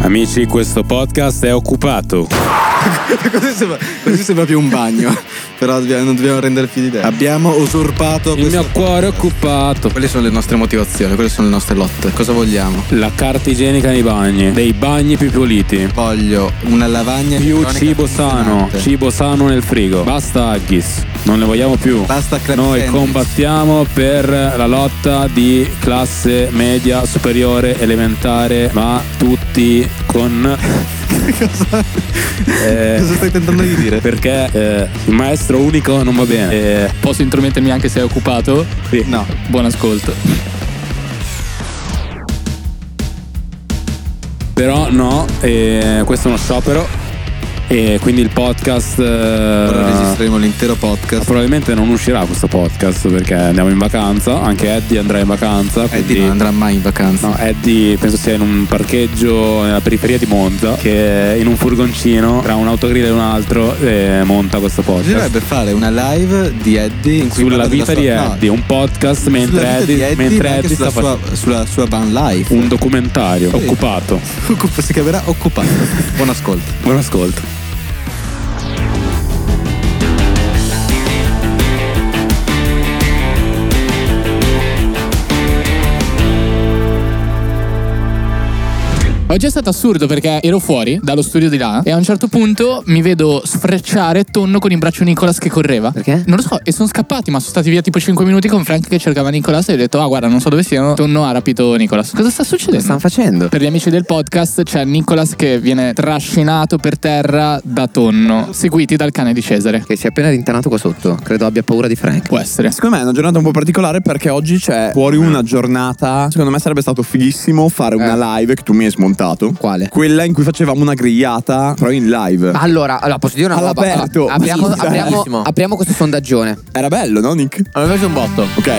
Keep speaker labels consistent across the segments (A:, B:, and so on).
A: Amici, questo podcast è occupato.
B: così, sembra, così sembra più un bagno. Però dobbiamo- non dobbiamo renderci di idea. Abbiamo usurpato
A: Il
B: questo-
A: mio cuore è occupato.
B: Quelle sono le nostre motivazioni, quelle sono le nostre lotte. Cosa vogliamo?
A: La carta igienica nei bagni, dei bagni più puliti.
B: Voglio una lavagna
A: Più
B: elettronica
A: cibo sano,
B: funzionante.
A: cibo sano nel frigo. Basta Aggis, non ne vogliamo più.
B: Basta crap
A: Noi
B: sandwich.
A: combattiamo per la lotta di classe media, superiore, elementare, ma tutti con...
B: cosa,
A: eh,
B: cosa stai tentando di dire?
A: Perché eh, il maestro unico non va bene. Eh,
C: Posso intromettermi anche se è occupato?
A: sì.
B: No.
C: Buon ascolto.
A: Però no, eh, questo è uno sciopero e quindi il podcast... eh,
B: Ora registreremo l'intero podcast.
A: probabilmente non uscirà questo podcast perché andiamo in vacanza, anche Eddie andrà in vacanza.
B: Eddie
A: quindi-
B: non andrà mai in vacanza.
A: No, Eddie penso sia in un parcheggio nella periferia di Monza che in un furgoncino tra un autogrill e un altro eh, monta questo podcast.
B: Bisognerebbe fare una live di Eddie in cui
A: Sulla
B: parla della
A: vita
B: sua-
A: di
B: no,
A: Eddie, un podcast mentre
B: sulla vita
A: Eddie,
B: di Eddie,
A: mentre
B: ma anche
A: Eddie sta
B: sulla,
A: facendo
B: sua, sulla sua van life.
A: un documentario
B: Sì.
A: occupato.
B: Occupa- si chiamerà Occupato. Buon ascolto.
A: Buon ascolto.
C: Oggi è stato assurdo perché ero fuori dallo studio di là e a un certo punto mi vedo sfrecciare tonno con in braccio Nicolas che correva.
D: Perché?
C: Non lo so, e sono scappati, ma sono stati via tipo 5 minuti con Frank che cercava Nicolas e ho detto "Ah, guarda, non so dove siano, tonno ha rapito Nicolas". Cosa sta
D: Lo
C: succedendo?
D: stanno facendo.
C: Per gli amici del podcast c'è Nicolas che viene trascinato per terra da tonno, seguiti dal cane di Cesare.
D: Che si è appena rintanato qua sotto. Credo abbia paura di Frank.
C: Può essere.
E: Secondo me è una giornata un po' particolare perché oggi c'è fuori una giornata. Secondo me sarebbe stato fighissimo fare una live che tu mi hai smontato.
D: Quale?
E: Quella in cui facevamo una grigliata, però in live.
D: Allora, allora, posso dire una roba?
E: All'aperto.
D: Allora, Apriamo,
E: Sì,
D: apriamo,
E: bellissimo.
D: apriamo questo sondaggione.
E: Era bello, no, Nick?
D: Allora, invece un botto.
E: Ok.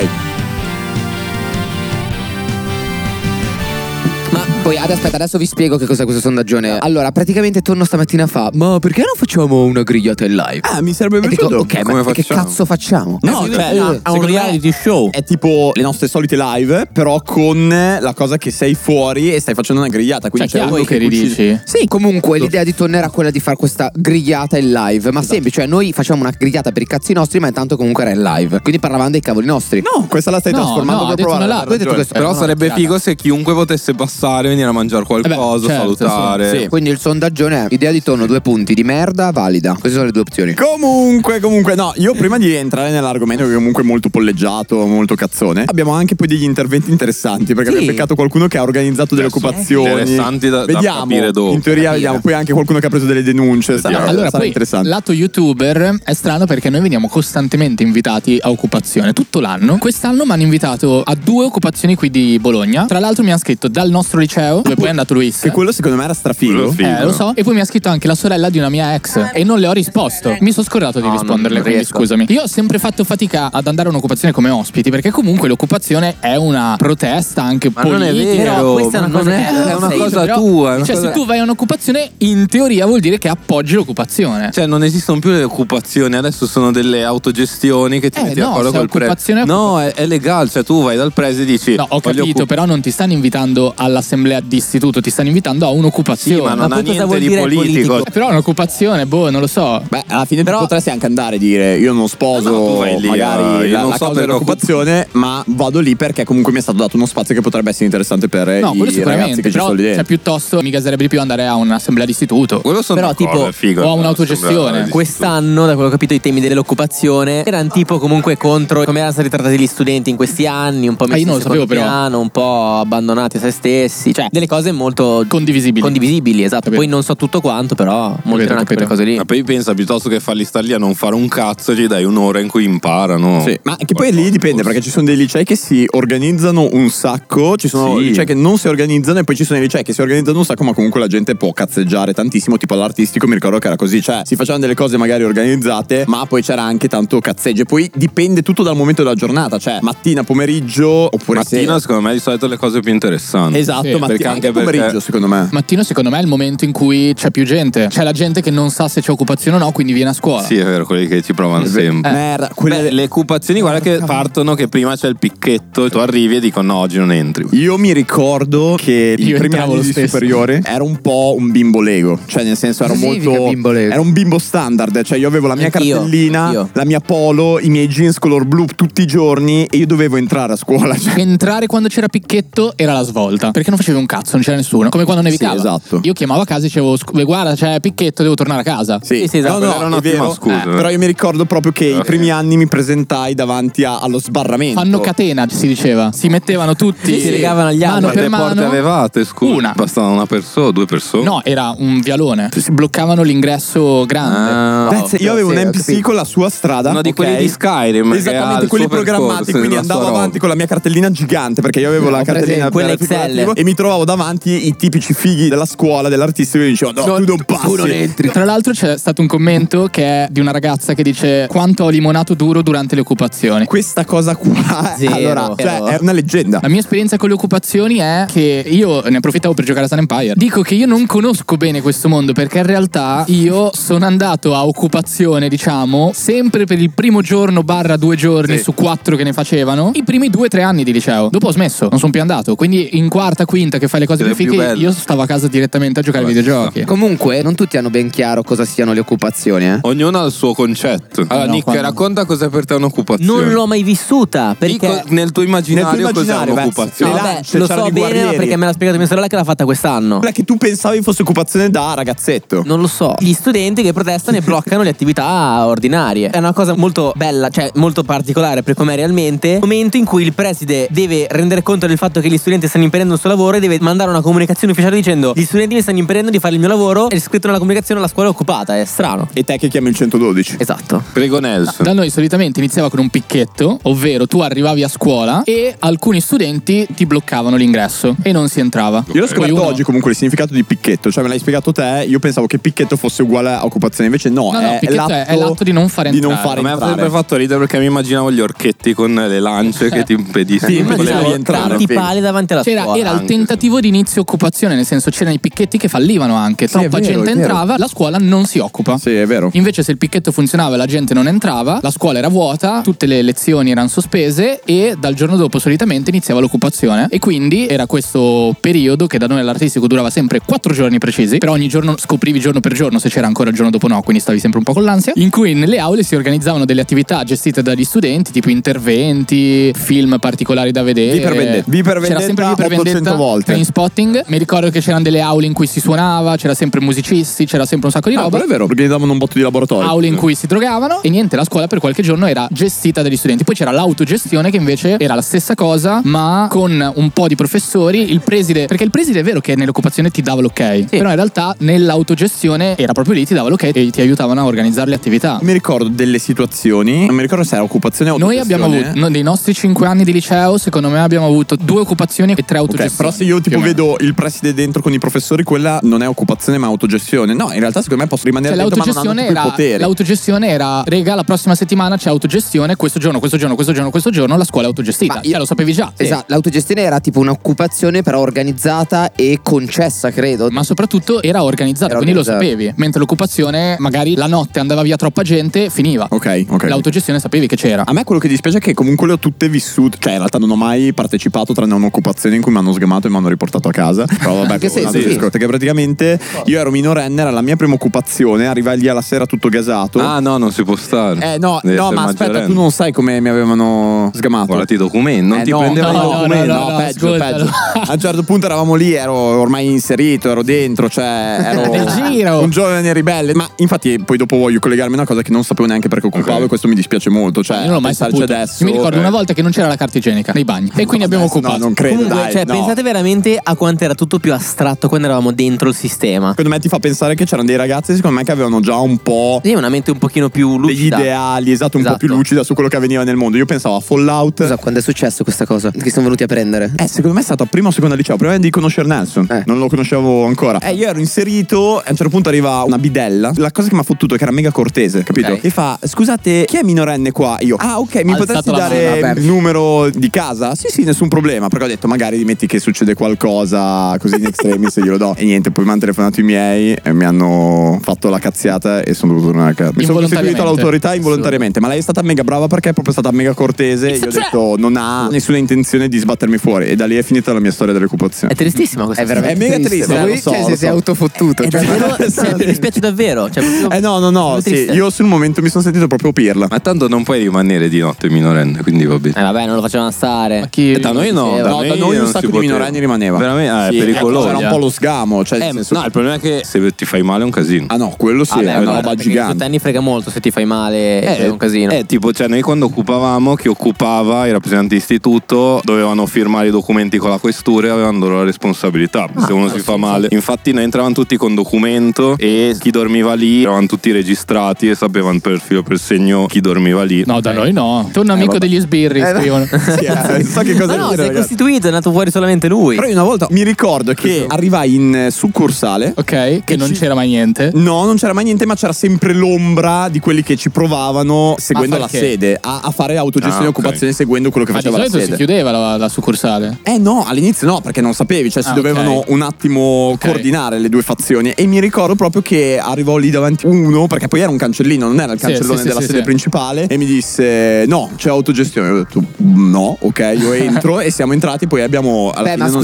D: Ma poi ad- aspetta, adesso vi spiego che cos'è questo sondaggione. Allora, praticamente torno stamattina fa. Ma perché non facciamo una grigliata in live?
E: Ah, mi sarebbe
D: E
E: piaciuto.
D: dico, ok, ma che cazzo facciamo?
E: No,
D: Eh,
E: cioè,
D: eh,
E: no, secondo me
D: show.
E: È tipo le nostre solite live, però con la cosa che sei fuori e stai facendo una grigliata. Quindi
C: Cioè,
E: c'è
C: chi
E: uno
C: è che
E: cucina-
C: ridici?
D: Sì, comunque l'idea di Tonno era quella di fare questa grigliata in live.
E: Esatto.
D: Ma semplice, cioè noi facciamo una grigliata per i cazzi nostri, ma intanto comunque era in live. Quindi parlavamo dei cavoli nostri.
E: No, questa la stai
C: No,
E: trasformando
C: no, ha
E: per
C: detto
E: provare.
C: una Eh, live,
E: a dare
D: ha detto
E: ragione. Eh,
D: questo, però sarebbe figo
F: se chiunque potesse passare, venire a mangiare qualcosa,
C: Eh beh, certo,
F: salutare.
C: sì.
D: Quindi il sondaggione è idea di tonno, due punti, di merda, valida. Queste sono le due opzioni.
E: Comunque, comunque, no, io prima di entrare nell'argomento, che è comunque molto polleggiato, molto cazzone, abbiamo anche poi degli interventi interessanti, perché
D: Sì.
E: abbiamo beccato qualcuno che ha organizzato delle
F: Adesso,
E: occupazioni.
F: interessanti da- da
E: vediamo,
F: capire dopo.
E: In teoria
D: Capire.
E: vediamo, poi anche qualcuno che ha preso delle denunce. Sarà,
F: Vediamo.
E: allora,
C: Allora,
E: sarà
C: poi,
E: interessante.
C: lato youtuber è strano perché noi veniamo costantemente invitati a occupazione tutto l'anno. Quest'anno mi hanno invitato a due occupazioni qui di Bologna. Tra l'altro mi hanno scritto dal nostro liceo trofeo dove poi è andato Luis.
E: Che quello secondo me era strafigo.
C: Eh, lo so. E poi mi ha scritto anche la sorella di una mia
D: Ah,
C: ex. E non le ho risposto. Mi sono scordato
F: Ah,
C: di
D: No, non
C: risponderle, quindi
D: riesco.
C: scusami. Io ho sempre fatto fatica ad andare a un'occupazione come ospiti, perché comunque l'occupazione è una protesta anche
F: Ma non
C: politica.
F: è vero,
D: Però questa è una
F: non
D: cosa
F: è,
D: che-
F: è una
D: sei,
F: cosa
C: Però-
F: tua. è una
C: cioè,
F: cosa-
C: se tu vai a un'occupazione, in teoria vuol dire che appoggi l'occupazione.
F: Cioè, non esistono più le occupazioni, adesso sono delle autogestioni che ti
C: Eh,
F: metti
C: no,
F: d'accordo
C: se
F: col prese.
C: occupazione è
F: No, è, è legale, cioè tu vai dal prese e dici.
C: No, ho
F: voglio
C: capito,
F: occup-
C: però non ti stanno invitando all'assemblea di istituto, ti stanno invitando a
F: Sì,
C: un'occupazione.
F: ma non ha
D: appunto, cosa
F: niente
D: vuol
F: di
D: dire
F: politico.
D: politico?
C: Eh, però è un'occupazione, boh, non lo so.
E: Beh, alla fine
D: Però-
E: potresti anche andare e dire io non sposo
F: No, no, tu vai lì,
E: magari
F: eh,
E: la,
F: io non
E: la causa
F: so perché ho-
E: dell'occupazione, ma vado lì perché comunque mi è stato dato uno spazio che potrebbe essere interessante per
F: Eh,
C: No, quello
E: i ragazzi
C: sicuramente.
E: che ci
C: Però
E: sono lì
C: cioè,
E: dentro.
C: piuttosto mi gaserebbe di più andare a un'assemblea di istituto.
F: Quello sono
G: Però,
F: d'accordo,
G: tipo,
F: è figo,
C: ho
F: no,
C: un'autogestione.
F: sembra-
C: Sì,
G: Quest'anno, da quello che ho capito, i temi dell'occupazione erano tipo comunque contro come erano stati trattati gli studenti in questi anni, un po' messi
C: Ah, io non
G: in
C: lo sapevo,
G: secondo
C: però.
G: piano, un po' abbandonati a se stessi, cioè delle cose molto
C: Condivisibili.
G: condivisibili, esatto.
C: Capito.
G: Poi non so tutto quanto, però molte erano anche
C: capito.
G: quelle cose lì.
F: Ma poi pensa piuttosto che farli stare lì a non fare un cazzo, gli dai un'ora in cui imparano.
E: Sì, ma che poi lì dipende perché ci sono dei licei che si organizzano un sacco, ci sono
F: Sì.
E: licei che non si organizzano e poi ci sono i licei che si organizzano un sacco ma comunque la gente può cazzeggiare tantissimo, tipo all'artistico mi ricordo che era così, cioè si facevano delle cose magari organizzate ma poi c'era anche tanto cazzeggio e poi dipende tutto dal momento della giornata, cioè mattina, pomeriggio oppure
F: Mattina,
E: sera.
F: secondo me, di solito le cose più interessanti.
E: Esatto,
C: Sì,
E: mattina,
F: perché
E: anche
F: anche perché-
E: pomeriggio secondo me.
C: Mattino, secondo me, è il momento in cui c'è più gente. C'è la gente che non sa se c'è occupazione o no, quindi viene a scuola. Eh.
F: Sì, è vero, quelli che ci provano sempre.
E: Merda, quelle-
F: eh, Beh, le occupazioni, guarda che partono che prima c'è il picchetto e tu arrivi e dicono no, oggi non entri.
E: Io mi ricordo che i
C: Io
E: primi
C: entravo
E: anni
C: lo
E: di
C: stesso.
E: superiore era un po' un bimbo Lego, cioè nel senso era
G: Cosa significa
E: molto
G: bimbo Lego?
E: era un bimbo standard, cioè io avevo la mia
G: Anch'io,
E: cartellina,
G: anch'io.
E: la mia polo, i miei jeans color blu tutti i giorni e io dovevo entrare a scuola, cioè
C: Entrare quando c'era picchetto era la svolta. Perché non facevi un cazzo, non c'era nessuno. Come quando nevicava.
E: Sì, esatto.
C: Io chiamavo a casa e dicevo: "Scu- guarda, c'è picchetto, devo tornare a casa.
G: Sì, sì, esatto,
E: no, no,
F: era
E: è
F: un'ottima
E: vero.
F: scusa.
E: Eh, però io mi ricordo proprio che i
F: Ok.
E: primi anni mi presentai davanti a- allo sbarramento.
C: Fanno catena, si diceva. Si mettevano tutti.
G: Sì, si legavano agli
C: mano
G: alberi.
C: per
F: Quante porte
C: mano.
F: avevate? Scusa,
C: Una.
F: bastava una persona, due persone.
C: No, era un vialone. Si bloccavano l'ingresso grande.
F: Ah,
E: Pezze- io avevo
D: sì,
E: un
D: ho
E: NPC
D: capito.
E: con la sua strada.
F: Uno di
E: ok?
F: quelli di Skyrim, che ha
E: Esattamente,
F: il
E: quelli
F: suo
E: programmati.
F: percorso,
E: quindi
F: la sua
E: andavo
F: roba.
E: avanti con la mia cartellina gigante perché io avevo la cartellina
G: presente, quella
E: per
G: Excel.
E: figurativo e mi trovavo davanti i tipici fighi della scuola, dell'artista. E io dicevo, no, tu non passi.
C: Tra l'altro c'è stato un commento che è di una ragazza che dice quanto ho limonato duro durante le occupazioni.
E: Questa cosa qua
G: Zero.
E: allora, cioè, è una leggenda.
C: La mia esperienza con le occupazioni è che io ne approfittavo per giocare a Sun Empire. Dico che io non conosco bene questo mondo perché in realtà io sono andato a occupazione, diciamo, sempre per il primo giorno barra due giorni
F: Sì.
C: su quattro che ne facevano, i primi due o tre anni di liceo. Dopo ho smesso, non sono più andato. Quindi in quarta, quinta che fai le cose
F: Ed
C: più
F: è più
C: fighe,
F: bello.
C: io stavo a casa direttamente a giocare ai
F: Vabbè,
C: videogiochi.
D: Comunque, non tutti hanno ben chiaro cosa siano le occupazioni, eh.
F: Ognuno ha il suo concetto. Allora,
C: No,
F: Nick,
C: quando-
F: racconta cos'è per te un'occupazione.
G: Non l'ho mai vissuta perché
F: Dico, nel tuo immaginario,
E: Nel tuo immaginario,
F: cos'è
E: beh,
G: No,
F: un'occupazione?
E: le
G: vabbè,
E: lance,
G: lo
E: c'erano
G: so
E: i
G: bene ma
E: guerrieri.
G: perché me l'ha spiegato mia sorella che l'ha fatta quest'anno.
E: Quella che tu pensavi fosse occupazione da ragazzetto.
G: Non lo so. Gli studenti che protestano e bloccano le attività ordinarie. È una cosa molto bella, cioè molto particolare per com'è realmente. Momento in cui il preside deve rendere conto del fatto che gli studenti stanno impedendo il suo lavoro e deve mandare una comunicazione ufficiale dicendo gli studenti mi stanno impedendo di fare il mio lavoro e è scritto nella comunicazione la scuola è occupata. È strano.
E: E te che chiami il 112.
G: Esatto.
F: Prego, Nelson.
C: Da noi solitamente iniziava con un picchetto, ovvero tu arrivavi a scuola e alcuni studenti ti bloccavano l'ingresso e non si entrava.
E: Io l'ho
C: Poi
E: scoperto
C: uno-
E: Eh, oggi comunque il significato di picchetto, cioè me l'hai spiegato te, io pensavo che picchetto fosse uguale a occupazione, invece no,
C: No, no,
E: è,
C: picchetto
E: l'atto
C: Cioè, è- è l'atto di non fare
E: di non
C: entrare.
E: fare
F: A me ha
E: entrare.
F: sempre fatto ridere perché mi immaginavo gli orchetti con le lance che ti impediscono.
E: Sì,
F: di
E: immaginavo
F: voler
E: entrare.
F: entrare.
G: Tanti pali davanti alla
C: C'era,
G: scuola.
C: era il
F: anche,
C: tentativo di inizio occupazione, nel senso c'erano i picchetti che fallivano anche,
E: è
C: troppa
E: vero,
C: gente
E: è vero.
C: entrava, la scuola non si occupa.
E: Sì, è vero.
C: Invece se il picchetto funzionava e la gente non entrava, la scuola era vuota, tutte le lezioni erano sospese e dal giorno dopo solitamente iniziava l'occupazione e quindi era questo periodo che da noi all'artistico durava sempre 4 giorni precisi, però ogni giorno scoprivi giorno per giorno se c'era ancora il giorno dopo no, quindi stavi sempre un po' con l'ansia, in cui nelle aule si organizzavano delle attività gestite dagli studenti, tipo interventi, film particolari da vedere.
E: Vi per vendetta. Vi per vendetta
C: c'era sempre Vi per
E: 800
C: vendetta,
E: Eh, volte.
C: train spotting, mi ricordo che c'erano delle aule in cui si suonava, c'era sempre musicisti, c'era sempre un sacco di
E: No,
C: roba
E: Ah, però è vero, organizzavano un botto di laboratorio.
C: aule in cui si drogavano e niente, la scuola per qualche giorno era gestita dagli studenti. Poi c'era l'autogestione che invece era la stessa cosa, ma con un po' di professori, il preside, perché il preside è vero che nell'occupazione ti dava l'ok, però in realtà nell'autogestione era proprio lì ti dava l'ok e ti aiutavano a organizzare le attività.
E: Mi ricordo delle situazioni, non mi ricordo se era occupazione o
C: Noi abbiamo
E: autogestione.
C: avuto, no, nei nostri 5 anni di liceo, secondo me abbiamo avuto due occupazioni e tre
E: Ok,
C: autogestioni.
E: però se io io tipo vedo il preside dentro con i professori, quella non è occupazione ma autogestione. No, in realtà secondo me posso rimanere
C: Cioè,
E: dentro ma non hanno
C: l'autogestione,
E: più il
C: era,
E: potere.
C: l'autogestione era, rega, la prossima settimana c'è autogestione, questo giorno, questo giorno, questo giorno, questo giorno, la scuola è autogestita. Cioè, lo sapevi già.
D: Esatto, l'autogestione era tipo un'occupazione però organizzata e concessa, credo.
C: Ma soprattutto era organizzata, quindi lo sapevi. Mentre l'occupazione, magari la notte andava via troppa gente, finiva.
E: Ok, ok.
C: L'autogestione sapevi che c'era.
E: A me quello che dispiace è che comunque le ho tutte vissute, cioè in realtà non ho mai partecipato tranne a un'occupazione in cui mi hanno sgamato e mi hanno riportato a casa. Però vabbè,
D: In
E: quello è
D: che
E: un
D: senso?
E: altro
D: Sì.
E: discorso, perché praticamente io ero minorenne, era la mia prima occupazione, arrivai lì alla sera tutto gasato.
F: Ah, no, non si può stare.
E: Eh no,
F: Devi
E: no,
F: essere
E: ma aspetta,
F: maggiorenne.
E: tu non sai come mi avevano sgamato.
F: Guardati i documenti, non
E: Eh,
F: ti
E: no,
F: prendevano
E: no,
F: i
E: no,
F: documenti.
E: no, no, no, peggio, peggio. A un certo punto eravamo lì, ero ormai inserito, ero dentro, cioè
C: Nel
E: ero
C: giro.
E: un giovane ribelle. Ma infatti poi dopo voglio collegarmi a una cosa che non sapevo neanche perché occupavo e questo mi dispiace molto. Cioè,
C: Io non l'ho mai
E: pensarci
C: saputo.
E: adesso.
C: Mi ricordo
E: eh.
C: una volta che non c'era la carta igienica nei bagni. E quindi abbiamo
E: adesso no,
C: occupato.
E: non credo,
G: Comunque,
E: dai,
G: cioè,
E: no.
G: pensate veramente a quanto era tutto più astratto quando eravamo dentro il sistema.
E: Secondo me ti fa pensare che c'erano dei ragazzi, secondo me, che avevano già un po'.
G: Sì, una mente un pochino più
E: Degli
G: lucida.
E: ideali, esatto, un po'
G: Esatto.
E: più lucida su quello che avveniva nel mondo. Io pensavo a Fallout.
D: Scusa, quando è successo questa cosa? Che sono venuti a prendere?
E: Eh, secondo me è stato a prima o seconda liceo, prima di conoscere Nelson.
D: Eh.
E: Non lo conoscevo ancora. Eh, io ero inserito, a un certo punto arriva una bidella. La cosa che mi ha fottuto è che era mega cortese, capito?
G: Ok.
E: E fa: Scusate, chi è minorenne qua? Io. Ah, ok, mi
C: Ha
E: potresti
C: alzato la
E: dare
C: mano, vabbè.
E: il numero di casa? Sì, sì, nessun problema. Perché ho detto, magari metti che succede qualcosa così in extremis e glielo do. E niente, poi mi hanno telefonato i miei e mi hanno fatto la cazziata e sono dovuto tornare a casa. Mi sono
C: Involontariamente.
E: costituito all'autorità involontariamente. Ma lei è stata mega brava perché è proprio stata mega cortese. E io ho detto, non ha nessuna intenzione di sbattermi fuori. E da lì è finita la mia storia dell'occupazione.
G: È tristissima questa
D: È veramente
E: È mega triste,
D: Lui
E: lo so,
D: cioè,
E: lo
D: si
E: so.
D: è
E: Esatto.
D: autofottuto.
G: È
D: cioè-
G: davvero, cioè, mi dispiace davvero. Cioè, proprio-
E: Eh no, no, no.
G: proprio
E: Sì,
G: triste.
E: io sul momento mi sono sentito proprio pirla.
F: Ma tanto non puoi rimanere di notte minorenne, quindi va bene.
G: Eh vabbè, non lo facevano stare.
C: Ma chi-
F: Da noi no,
E: No, da noi
F: non
E: un
F: si
E: sacco di
F: poteva.
E: minorenni rimaneva.
F: Veramente, ah, è
E: Sì,
F: pericoloso.
E: Era un po' lo sgamo. Cioè, nel
F: Eh,
E: senso-
F: no, il problema è che se ti fai male è un casino.
E: Ah no, quello sì,
G: Vabbè,
E: è una
G: guarda,
E: roba
G: perché
E: gigante.
G: 18 anni frega molto se ti fai male, è un casino.
F: Eh, tipo, cioè, noi quando occupavamo, chi occupava, i rappresentanti istituto, dovevano firmare i documenti con la questura e avevano loro la responsabilità.
E: Ah,
F: se uno si fa male. Infatti, noi entravamo tutti con documento e chi dormiva lì eravamo tutti registrati e sapevano per filo per segno chi dormiva lì.
C: No, da noi no.
E: Eh,
C: Tu un amico degli sbirri,
G: Eh,
C: scrivono.
E: Sì, eh, non so che cosa
G: Ma no,
E: dire,
G: si è
E: ragazzi.
G: costituito, è nato fuori solamente lui.
E: Però io una volta mi ricordo che arrivai in eh, succursale.
C: Ok, che, non
E: ci-
C: c'era mai niente.
E: No, non c'era mai niente, ma c'era sempre l'ombra di quelli che ci provavano seguendo
C: A
E: la
C: far che?
E: sede, a, a fare autogestione
F: Ah,
E: e
F: ok.
E: occupazione seguendo quello che
C: Ma di
E: faceva la
C: solito si
E: sede.
C: chiudeva la, la succursale.
E: Eh no, all'inizio no, perché non sapevi, cioè si
C: Ah,
E: dovevano
C: ok.
E: un attimo coordinare le due fazioni. E mi ricordo proprio che arrivò lì davanti uno, perché poi era un cancellino, non era il
C: Sì,
E: cancellone
C: sì, sì,
E: della
C: sì,
E: sede
C: sì.
E: principale, e mi disse: No, c'è autogestione. Io ho detto: No, ok, io entro e siamo entrati, poi abbiamo. Alla
D: Beh,
E: fine
D: ma
E: non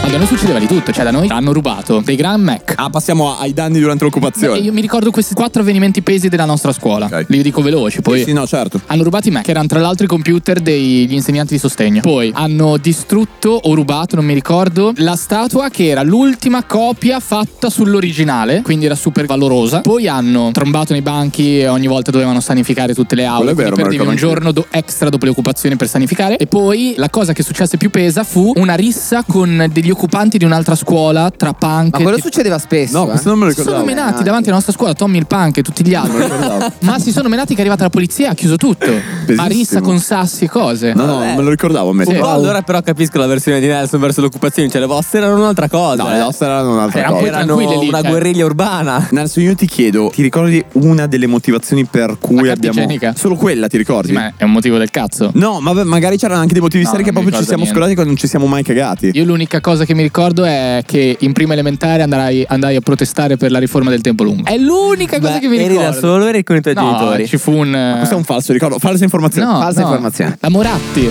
C: Ma da noi succedeva di tutto, cioè da noi hanno rubato dei Grand Mac.
E: Ah, passiamo ai danni durante l'occupazione.
C: Beh, io mi ricordo questi quattro avvenimenti pesi della nostra scuola. Li dico veloci, poi.
E: Sì, sì, no, certo.
C: Hanno rubato i Mac, che erano tra l'altro i computer degli insegnanti di sostegno. Poi hanno distrutto o rubato, non mi ricordo, la statua che era l'ultima copia fatta sull'originale, quindi era super valorosa. Poi hanno trombato nei banchi e ogni volta dovevano sanificare tutte le aule.
E: Quello è
C: quindi
E: vero,
C: perdevi
E: Marco,
C: un
E: anch'io.
C: giorno do- extra dopo le occupazioni per sanificare. E poi la cosa che successe più pesa fu una rissa con degli occupanti di un'altra scuola tra punk. Ma
D: quello succedeva spesso.
E: No,
D: eh.
E: questo non me lo
C: sono
E: ricordavo.
C: menati davanti alla nostra scuola Tommy il Punk e tutti gli altri.
E: Non lo ricordavo.
C: Ma si sono menati che è arrivata la polizia e ha chiuso tutto. Ma rissa con sassi e cose.
E: No, no, me lo ricordavo a me.
G: Un po'
E: Wow.
G: allora però capisco la versione di Nelson verso l'occupazione, cioè le vostre erano un'altra cosa. No, le nostre
E: erano un'altra cosa.
G: Erano
E: Tranquille lì,
G: una
E: cioè.
G: guerriglia urbana.
E: Nelson, io ti chiedo, ti ricordi una delle motivazioni per cui abbiamo.
C: igienica.
E: Solo quella, ti ricordi?
C: ma è un motivo del cazzo.
E: No, ma beh, magari c'erano anche dei motivi
C: No,
E: seri che
C: non mi
E: proprio ci siamo
C: ricordo
E: scolati quando non ci siamo mai cagati.
C: Io l'unica cosa che mi ricordo è che in prima elementare andai, andai a protestare per la riforma del tempo lungo. È l'unica cosa che mi
G: eri
C: ricordo.
G: da solo, eri con i tuoi
C: No,
G: genitori.
C: ci fu un.
E: Questo è un falso ricordo, falsa informazione.
C: No,
D: Falsa
C: no.
D: informazione.
C: La Moratti.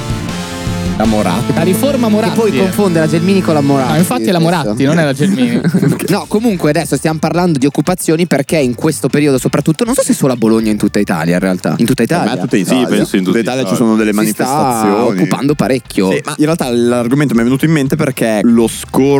E: La Moratti.
C: La riforma Moratti.
D: Che poi confonde la Gelmini con la Moratti.
C: No, infatti è la
D: spesso.
C: Moratti, non è la Gelmini.
D: No, comunque adesso stiamo parlando di occupazioni perché in questo periodo soprattutto, non so se solo a Bologna, in tutta Italia in realtà. Eh, In tutta Italia.
E: Ma tutta Italia. tutta Italia ci sono delle
D: Si sta
E: manifestazioni.
D: occupando parecchio.
E: Sì, ma in realtà l'argomento mi è venuto in mente perché lo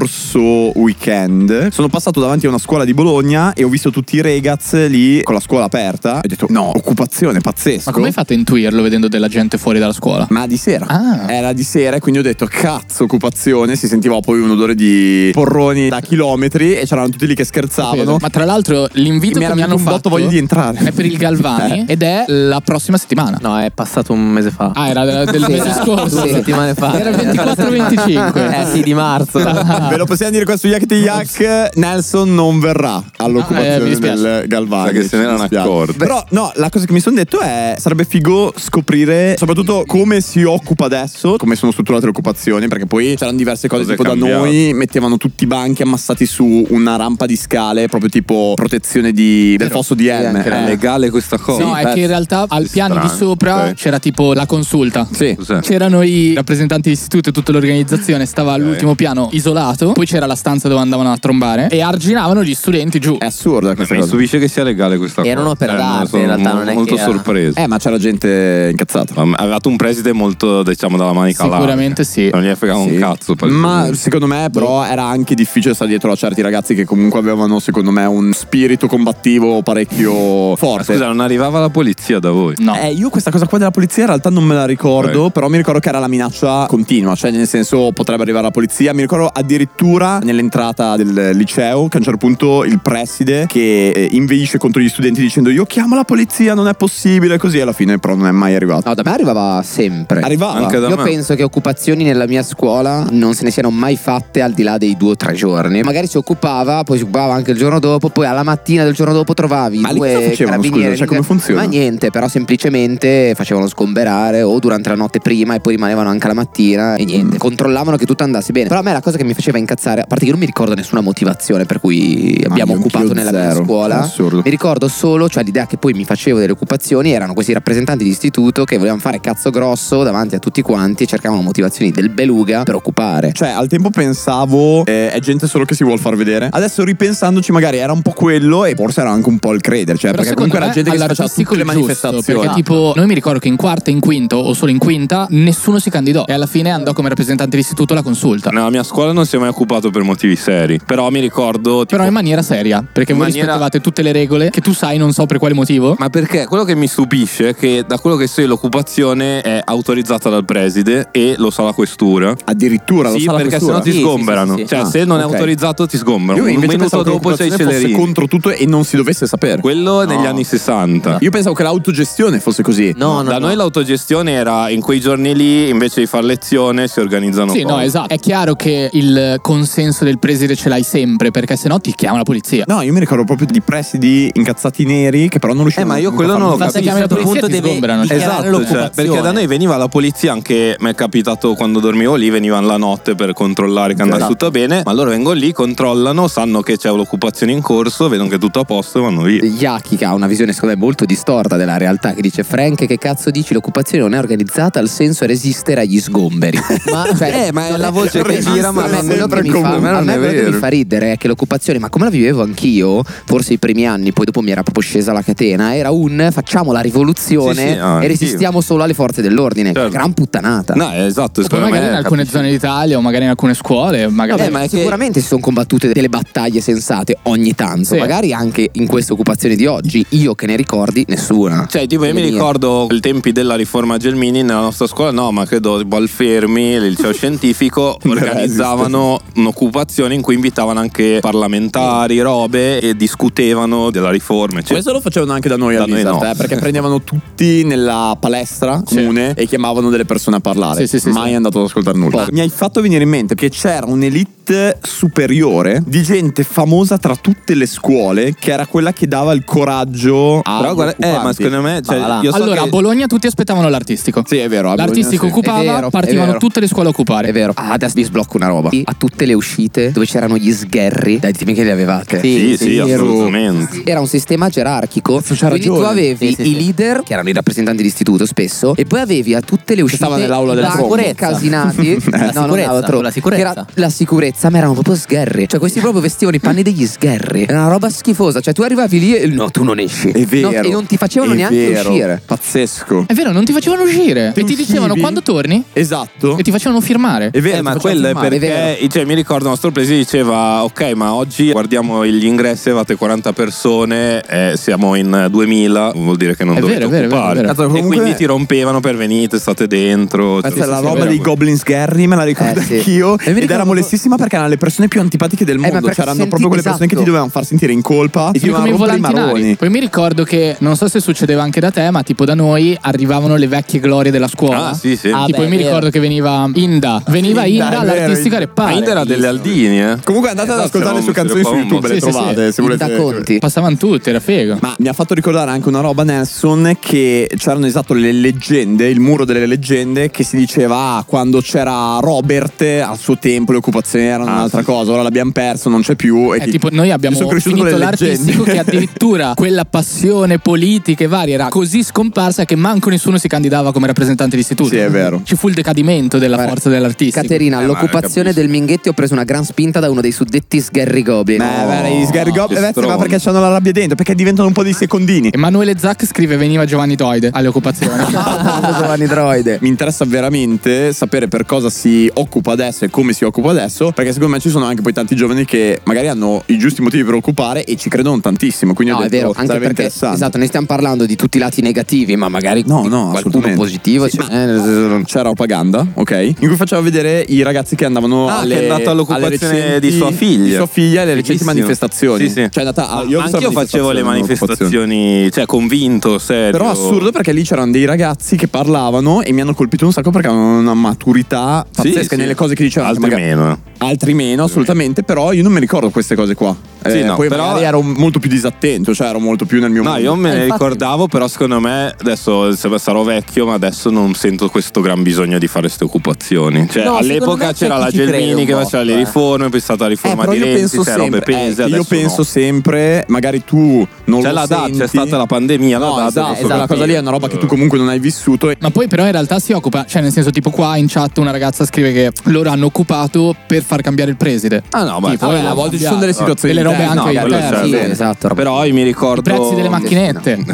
E: scorso weekend sono passato davanti a una scuola di Bologna e ho visto tutti i ragazzi lì con la scuola aperta. E ho detto, no, occupazione, pazzesco.
C: Ma come hai fatto a intuirlo vedendo della gente fuori dalla scuola? Ah.
E: Ma di sera. Era di sera e quindi ho detto cazzo occupazione, si sentiva poi un odore di porroni da chilometri e c'erano tutti lì che scherzavano.
C: Ma tra l'altro l'invito
E: Mi
C: che
E: era
C: mi hanno
E: venuto un botto
C: fatto
E: voglia di entrare. Eh.
C: è per il Galvani ed è la prossima settimana.
G: No, è passato un mese fa.
C: Ah, era del- del
G: Sì,
C: mese
G: era
C: scorso.
G: Due settimane fa.
C: Era il 24-25.
G: Eh sì, di marzo.
E: Ve lo possiamo dire qua su Yak Yak Ah. Nelson non verrà
F: Ah, eh, mi
E: all'occupazione
F: dispiace.
E: del Galvani.
F: Sa che se ne
E: Ci
F: erano
E: dispiace.
F: accorti.
E: Però no, la cosa che mi sono detto è sarebbe figo scoprire soprattutto come si occupa adesso, come sono strutturate le occupazioni, perché poi c'erano diverse cose
F: Cosa è
E: tipo da
F: cambiato?
E: noi mettevano tutti i banchi ammassati su una rampa di scale, proprio tipo protezione di- del fosso di eh. M.
F: anche era legale questa cosa.
C: No, è che in realtà al piano di
F: strano,
C: sopra
F: ok.
C: c'era tipo la consulta.
E: Eh. Sì.
F: Cos'è?
C: C'erano i rappresentanti di istituto e tutta l'organizzazione stava all'ultimo piano isolato, poi c'era la stanza dove andavano a trombare e arginavano gli studenti giù. È
E: assurda
F: Mi stupisce che sia legale questa cosa.
C: Era
F: Cioè,
C: un'opera d'arte,
F: sono
C: in realtà,
F: mo-
C: non è
F: molto
C: che era-
F: sorpreso.
E: Eh, ma c'era gente incazzata.
F: Ha dato un preside molto, diciamo, dalla manica larga.
C: Sicuramente sì.
F: Non gli è fregato
E: Sì.
F: un cazzo.
E: Ma secondo me, però, era anche difficile stare dietro a certi ragazzi che comunque avevano, secondo me, un spirito combattivo parecchio forte.
F: Scusa, non arrivava la polizia da voi?
C: No.
E: Eh, io questa cosa qua della polizia in realtà non me la ricordo, però mi ricordo che era la minaccia continua, cioè nel senso potrebbe arrivare la polizia, mi ricordo addirittura nell'entrata del liceo che a un certo punto il preside che eh, inveisce contro gli studenti dicendo io chiamo la polizia, non è possibile, così alla fine però non è mai arrivato.
D: No, da me arrivava sempre.
E: Arrivava. Anche da
D: Io
E: me.
D: penso che occupazioni nella mia scuola non se ne siano mai fatte al di là dei due o tre giorni. Magari si occupava, poi si occupava anche il giorno dopo, poi alla mattina del giorno dopo trovavi
E: Ma lì
D: due
E: cosa facevano,
D: carabinieri.
E: scusa? Cioè, come funziona?
D: Ma niente, però semplicemente facevano sgomberare o durante la notte prima e poi rimanevano anche la mattina e
E: Mm.
D: niente. Controllavano che tutto andasse bene. Però a me la cosa che mi faceva incazzare, a parte che io non mi ricordo nessuna motivazione per cui abbiamo
E: Ah, io
D: occupato
E: anch'io
D: nella mia
E: zero.
D: scuola.
E: Assurdo.
D: Mi ricordo solo, cioè l'idea che poi mi facevo delle occupazioni erano questi rappresentanti di istituto che volevano fare cazzo grosso davanti a tutti quanti e cercavano motivazioni del beluga per occupare.
E: Cioè, al tempo pensavo eh, è gente solo che si vuol far vedere. Adesso ripensandoci, magari era un po' quello e forse era anche un po' il credere. Cioè,
C: Però
E: perché
C: secondo
E: comunque era
C: me
E: gente che si faceva
C: all'artistico
E: tutte le
C: è giusto,
E: manifestazioni. ah,
C: Perché, tipo, noi mi ricordo che in quarta, in quinto o solo in quinta, nessuno si candidò e alla fine andò come rappresentante dell'istituto alla consulta.
F: Nella mia scuola non si è mai occupato per motivi seri. Però mi ricordo.
C: Però in maniera seria, perché
F: In
C: voi
F: maniera-
C: rispettavate tutte le regole che tu sai, non so per quale motivo.
F: Ma perché quello che mi stupisce è che da quello che so io, l'occupazione è autorizzata dal preside e lo sa la questura.
E: Addirittura lo
F: sì,
E: sa la
F: perché
E: questura?
F: sennò ti
E: Sì,
F: sgomberano.
E: sì, sì, sì.
F: Cioè,
E: Ah,
F: se non
E: ok.
F: è autorizzato, ti sgomberano.
E: Io
F: Un
E: invece
F: minuto
E: pensavo che
F: dopo sei
E: l'occupazione fosse
F: celeri.
E: contro tutto e non si dovesse sapere.
F: Quello negli
E: No.
F: anni 60.
E: Io pensavo che l'autogestione fosse così.
F: da noi l'autogestione era in quei giorni lì, invece di far lezione, si organizzano
C: Sì, no,
F: cose.
C: esatto. È chiaro che il consenso del preside ce l'hai sempre, perché sennò ti chiama la polizia.
E: No, io mi ricordo proprio di presidi incazzati neri che però non riuscivano
F: Eh, ma io quello non lo capisco.
E: cioè,
F: cioè,
C: chiami la polizia e ti sgomberano.
F: esatto, cioè, perché da noi veniva la polizia anche me- capitato quando dormivo lì, venivano la notte per controllare che andasse
E: Esatto.
F: tutto bene, ma loro vengono lì, controllano, sanno che c'è l'occupazione in corso, vedono che è tutto a posto e vanno via.
D: Yaki che ha una visione secondo me molto distorta della realtà che dice Frank che cazzo dici l'occupazione non è organizzata il senso è resistere agli sgomberi ma,
G: Eh, ma è la
D: non
G: voce che
D: resistere
G: gira, ma
D: a me
G: sembra
D: quello che mi
G: come-
D: fa,
G: ma
D: a
G: non
D: me
G: è
D: quello che
G: vero.
D: mi fa ridere è che l'occupazione ma come la vivevo anch'io forse i primi anni poi dopo mi era proprio scesa la catena era un facciamo la rivoluzione
F: Sì, sì, no,
D: e
F: anch'io. Certo.
D: resistiamo solo alle forze dell'ordine gran puttanata
F: No, eh, esatto,
C: Poi
D: secondo
C: magari in alcune zone d'Italia o magari in alcune scuole, magari
D: Vabbè, sicuramente si sono combattute delle battaglie sensate ogni tanto,
C: Sì.
D: magari anche in questa occupazione di oggi, io che ne ricordi nessuna.
F: Cioè, tipo, io mi
D: Quindi,
F: ricordo i tempi della riforma Gelmini nella nostra scuola, no, ma credo Balfermi, il liceo scientifico, organizzavano un'occupazione in cui invitavano anche parlamentari, robe e discutevano della riforma. eccetera.
E: cioè, Questo lo facevano anche da noi
F: Da
E: a
F: noi
E: Wizard,
F: no.
E: eh, perché prendevano tutti nella palestra comune e chiamavano delle persone a parlare.
F: Sì, sì, sì,
E: Mai
F: sì.
E: andato ad ascoltare nulla. Mi hai fatto venire in mente che c'era un'elite superiore di gente famosa tra tutte le scuole che era quella che dava il coraggio a
F: Però guarda- eh,
E: occupanti.
F: ma secondo me, cioè,
E: Ah, là.
F: io so
C: allora, a
F: che-
C: Bologna tutti aspettavano l'artistico.
E: Sì, è vero.
C: L'artistico occupava, partivano tutte le scuole a occupare.
D: È vero. Ah, adesso vi sblocco una roba. A tutte le uscite dove c'erano gli sgherri, dai, dimmi che li avevate.
F: Sì, sì,
D: Ero-
F: assolutamente.
D: Era un sistema gerarchico. Quindi tu
F: ragione.
D: avevi
F: Sì, sì,
D: i leader, che erano i rappresentanti d'istituto spesso, e poi avevi a tutte le uscite
G: Stava nell'aula della
D: i
G: tromba.
D: banchi casinati.
G: La
D: No, non
G: sicurezza,
D: l'aula tromba.
G: la sicurezza.
D: Che era la sicurezza, ma erano proprio sgherri. Cioè, questi proprio vestivano i panni degli sgherri. Era una roba schifosa. Cioè, tu arrivavi lì e no, tu non esci.
E: È vero.
D: No, e non ti facevano
E: è
D: neanche
E: vero.
D: uscire.
E: Pazzesco.
C: È vero, non ti facevano uscire. e ti dicevano quando torni?
E: Esatto.
C: E ti facevano firmare.
F: È
E: Eh,
F: vero, ma quello è perché cioè, mi ricordo il nostro presi diceva ok ma oggi guardiamo gli ingressi, avevate 40 persone, eh, siamo in eh, 2000, vuol dire che non
E: È
F: dovete
E: vero, è vero, è vero, è
F: occupare.
E: vero. Cazzo,
F: E
E: comunque-
F: quindi ti rompevano per venite, state dentro.
E: Questa
F: cioè,
E: è la
F: sì, sì,
E: roba
F: sì,
E: dei Goblins Gary, me la ricordo
F: Eh, sì.
E: anch'io.
F: E mi
E: Ed
F: ricordo
E: era
F: proprio-
E: molestissima perché erano le persone più antipatiche del mondo.
C: perché
E: C'erano
C: senti-
E: proprio quelle persone che
C: esatto.
E: ti dovevano far sentire in colpa e ti
C: Sono come i
E: dovevano rompere i
C: volantinari.
E: maroni.
C: Poi mi ricordo che non so se succedeva anche da te, ma tipo da noi arrivavano le vecchie glorie della scuola.
F: Ah, sì, sì. Ah,
C: tipo
F: beh,
C: io mi
F: vero.
C: ricordo che veniva Inda, veniva
F: Inda,
C: Inda, Ah,
F: è vero,
C: all'artistica
F: Inda.
C: repare.
F: Ma Inda era delle Aldini, eh.
E: Comunque andate ad ascoltare le sue canzoni su YouTube, le trovate se volete.
C: Passavano tutte, era figo.
E: Ma mi ha fatto ricordare anche una roba Nelson che c'erano esatto le leggende, il muro delle leggende che si diceva ah, quando c'era Robert al suo tempo le occupazioni erano un'altra cosa, ora l'abbiamo perso, non c'è più e
C: Ah, Eh,
E: ti-
C: tipo noi
E: io
C: abbiamo
E: sono cresciuto
C: finito
E: con le
C: l'artistico
E: leggende.
C: che addirittura quella passione politica e varia era così scomparsa che manco nessuno si candidava come rappresentante di istituto. Sì, è
E: vero.
C: Ci fu il decadimento della forza dell'artista.
E: Eh,
D: Caterina, all'occupazione del Minghetti ho preso una gran spinta da uno dei suddetti Oh. sgherri goblin.
E: Eh, beh, gli sgarri goblin, eh, ma perché c'hanno la rabbia dentro? Perché diventano un po' dei secondini.
C: Emanuele Zac scrive veniva Giovanni Doide alle occupazioni.
D: Giovanni Droide.
E: Mi interessa veramente sapere per cosa si occupa adesso e come si occupa adesso, perché secondo me ci sono anche poi tanti giovani che magari hanno i giusti motivi per occupare e ci credono tantissimo. Quindi
D: No,
E: ho
D: è
E: detto,
D: vero, anche
E: sarebbe
D: perché
E: interessante.
D: esatto, noi stiamo parlando di tutti i lati negativi, ma magari qualcuno positivo. cioè, eh,
E: C'era Opaganda, ok? In cui faceva vedere i ragazzi che andavano
F: Ah,
E: alle,
F: che è andato all'occupazione
E: alle recenti-
F: di sua figlia.
E: Di sua figlia alle recenti
F: Fighissimo.
E: manifestazioni.
F: Sì, sì.
E: Cioè, è andata a- ho visto
F: Anche io
E: la
F: facevo le
E: all'occupazione.
F: manifestazioni, cioè convinto, serio.
E: Però assurdo perché lì c'erano dei ragazzi che parlavano e mi hanno colpito un sacco perché avevano una maturità
F: Sì,
E: pazzesca
F: sì.
E: nelle cose che dicevano.
F: Altri
E: che magari-
F: meno.
E: Altri meno, assolutamente, però io non mi ricordo queste cose qua. Eh,
F: Sì, no,
E: poi
F: però-
E: magari ero molto più disattento, cioè ero molto più nel mio
F: No,
E: mondo.
F: io
C: Eh,
F: me ne ricordavo, però secondo me adesso se- sarò vecchio, ma adesso non sento questo gran bisogno di fare queste occupazioni. Cioè,
E: No, secondo me
F: all'epoca
E: c'è
F: c'era
E: chi
F: la
E: ci crede
F: Gelmini
E: un
F: che
E: botto,
F: faceva le
E: eh.
F: riforme, poi è stata la
C: eh,
F: riforma
E: però
F: di
E: io
F: Renzi,
E: penso
F: c'è robe
E: sempre, eh,
F: pese,
E: che io
F: adesso
E: penso
F: no.
E: sempre, magari tu non
F: C'è
E: lo
F: la DAT,
E: senti.
F: c'è stata la pandemia, la
E: no,
F: DAT,
E: esatto,
F: posso
E: quella cosa lì è una roba che tu comunque non hai vissuto.
C: Ma poi però in realtà si occupa, cioè nel senso tipo qua in chat una ragazza scrive che loro hanno occupato per far cambiare il preside.
F: Ah no, ma
C: Tipo,
F: vabbè,
C: hanno
F: a volte ci sono
C: cambiato.
F: delle situazioni
C: Delle robe
F: interne,
C: anche
F: no, quello
C: interne.
F: c'è, sì.
E: esatto,
C: esatto.
F: Però io mi ricordo
C: I prezzi delle macchinette.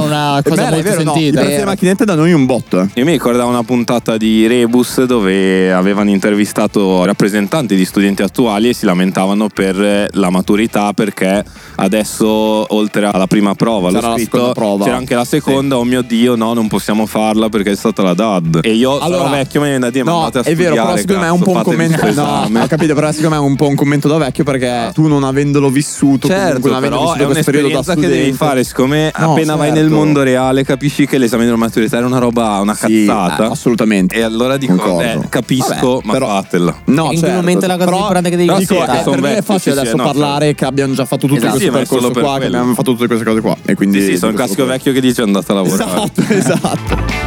C: una cosa
F: beh, è
C: molto
F: vero, no,
C: sentita.
F: i prezzi delle
E: macchinette da noi un botto.
F: Io mi ricordavo una puntata di Rebus dove avevano intervistato rappresentanti di studenti attuali e si lamentavano per la maturità perché adesso oltre alla prima prova, l'ho
E: C'era la
F: scritto,
E: seconda prova.
F: c'era anche la seconda, oh mio dio no non possiamo farla perché è stata la DAD. E io
E: Allora,
F: sono vecchio, me ne da dire ma
E: No,
F: andate a
E: è vero, però
F: studiare,
E: secondo me è un
F: cazzo,
E: po' un
F: fatevi
E: commento.
F: questo
E: No,
F: esame.
E: ho capito, però secondo me è un po' un commento da vecchio perché tu non avendolo vissuto, comunque
F: Eh. Certo,
E: non avendo
F: però
E: vissuto
F: è
E: questo periodo da
F: un'esperienza che
E: studente.
F: devi fare, siccome
E: No,
F: appena vai nel
E: certo.
F: mondo reale capisci che l'esame della maturità era una roba, una
E: Sì,
F: cazzata.
E: eh, assolutamente.
F: E allora dico,
E: Concordo.
F: eh, capisco,
E: Vabbè,
F: ma
E: però-
F: fatela.
E: No,
G: in quel
E: certo.
G: momento è la cosa più
E: Però-
G: importante che devi
E: però dico,
G: fare.
E: eh, per me è facile adesso parlare che abbiano già fatto tutto
F: Esatto.
E: questo
F: Sì, ma è solo
E: percorso
F: per
E: qua, che
F: quello.
E: abbiamo fatto tutte queste cose qua. E quindi
F: Sì, sì, sono il classico vecchio che dice andate a lavorare.
E: Esatto, esatto.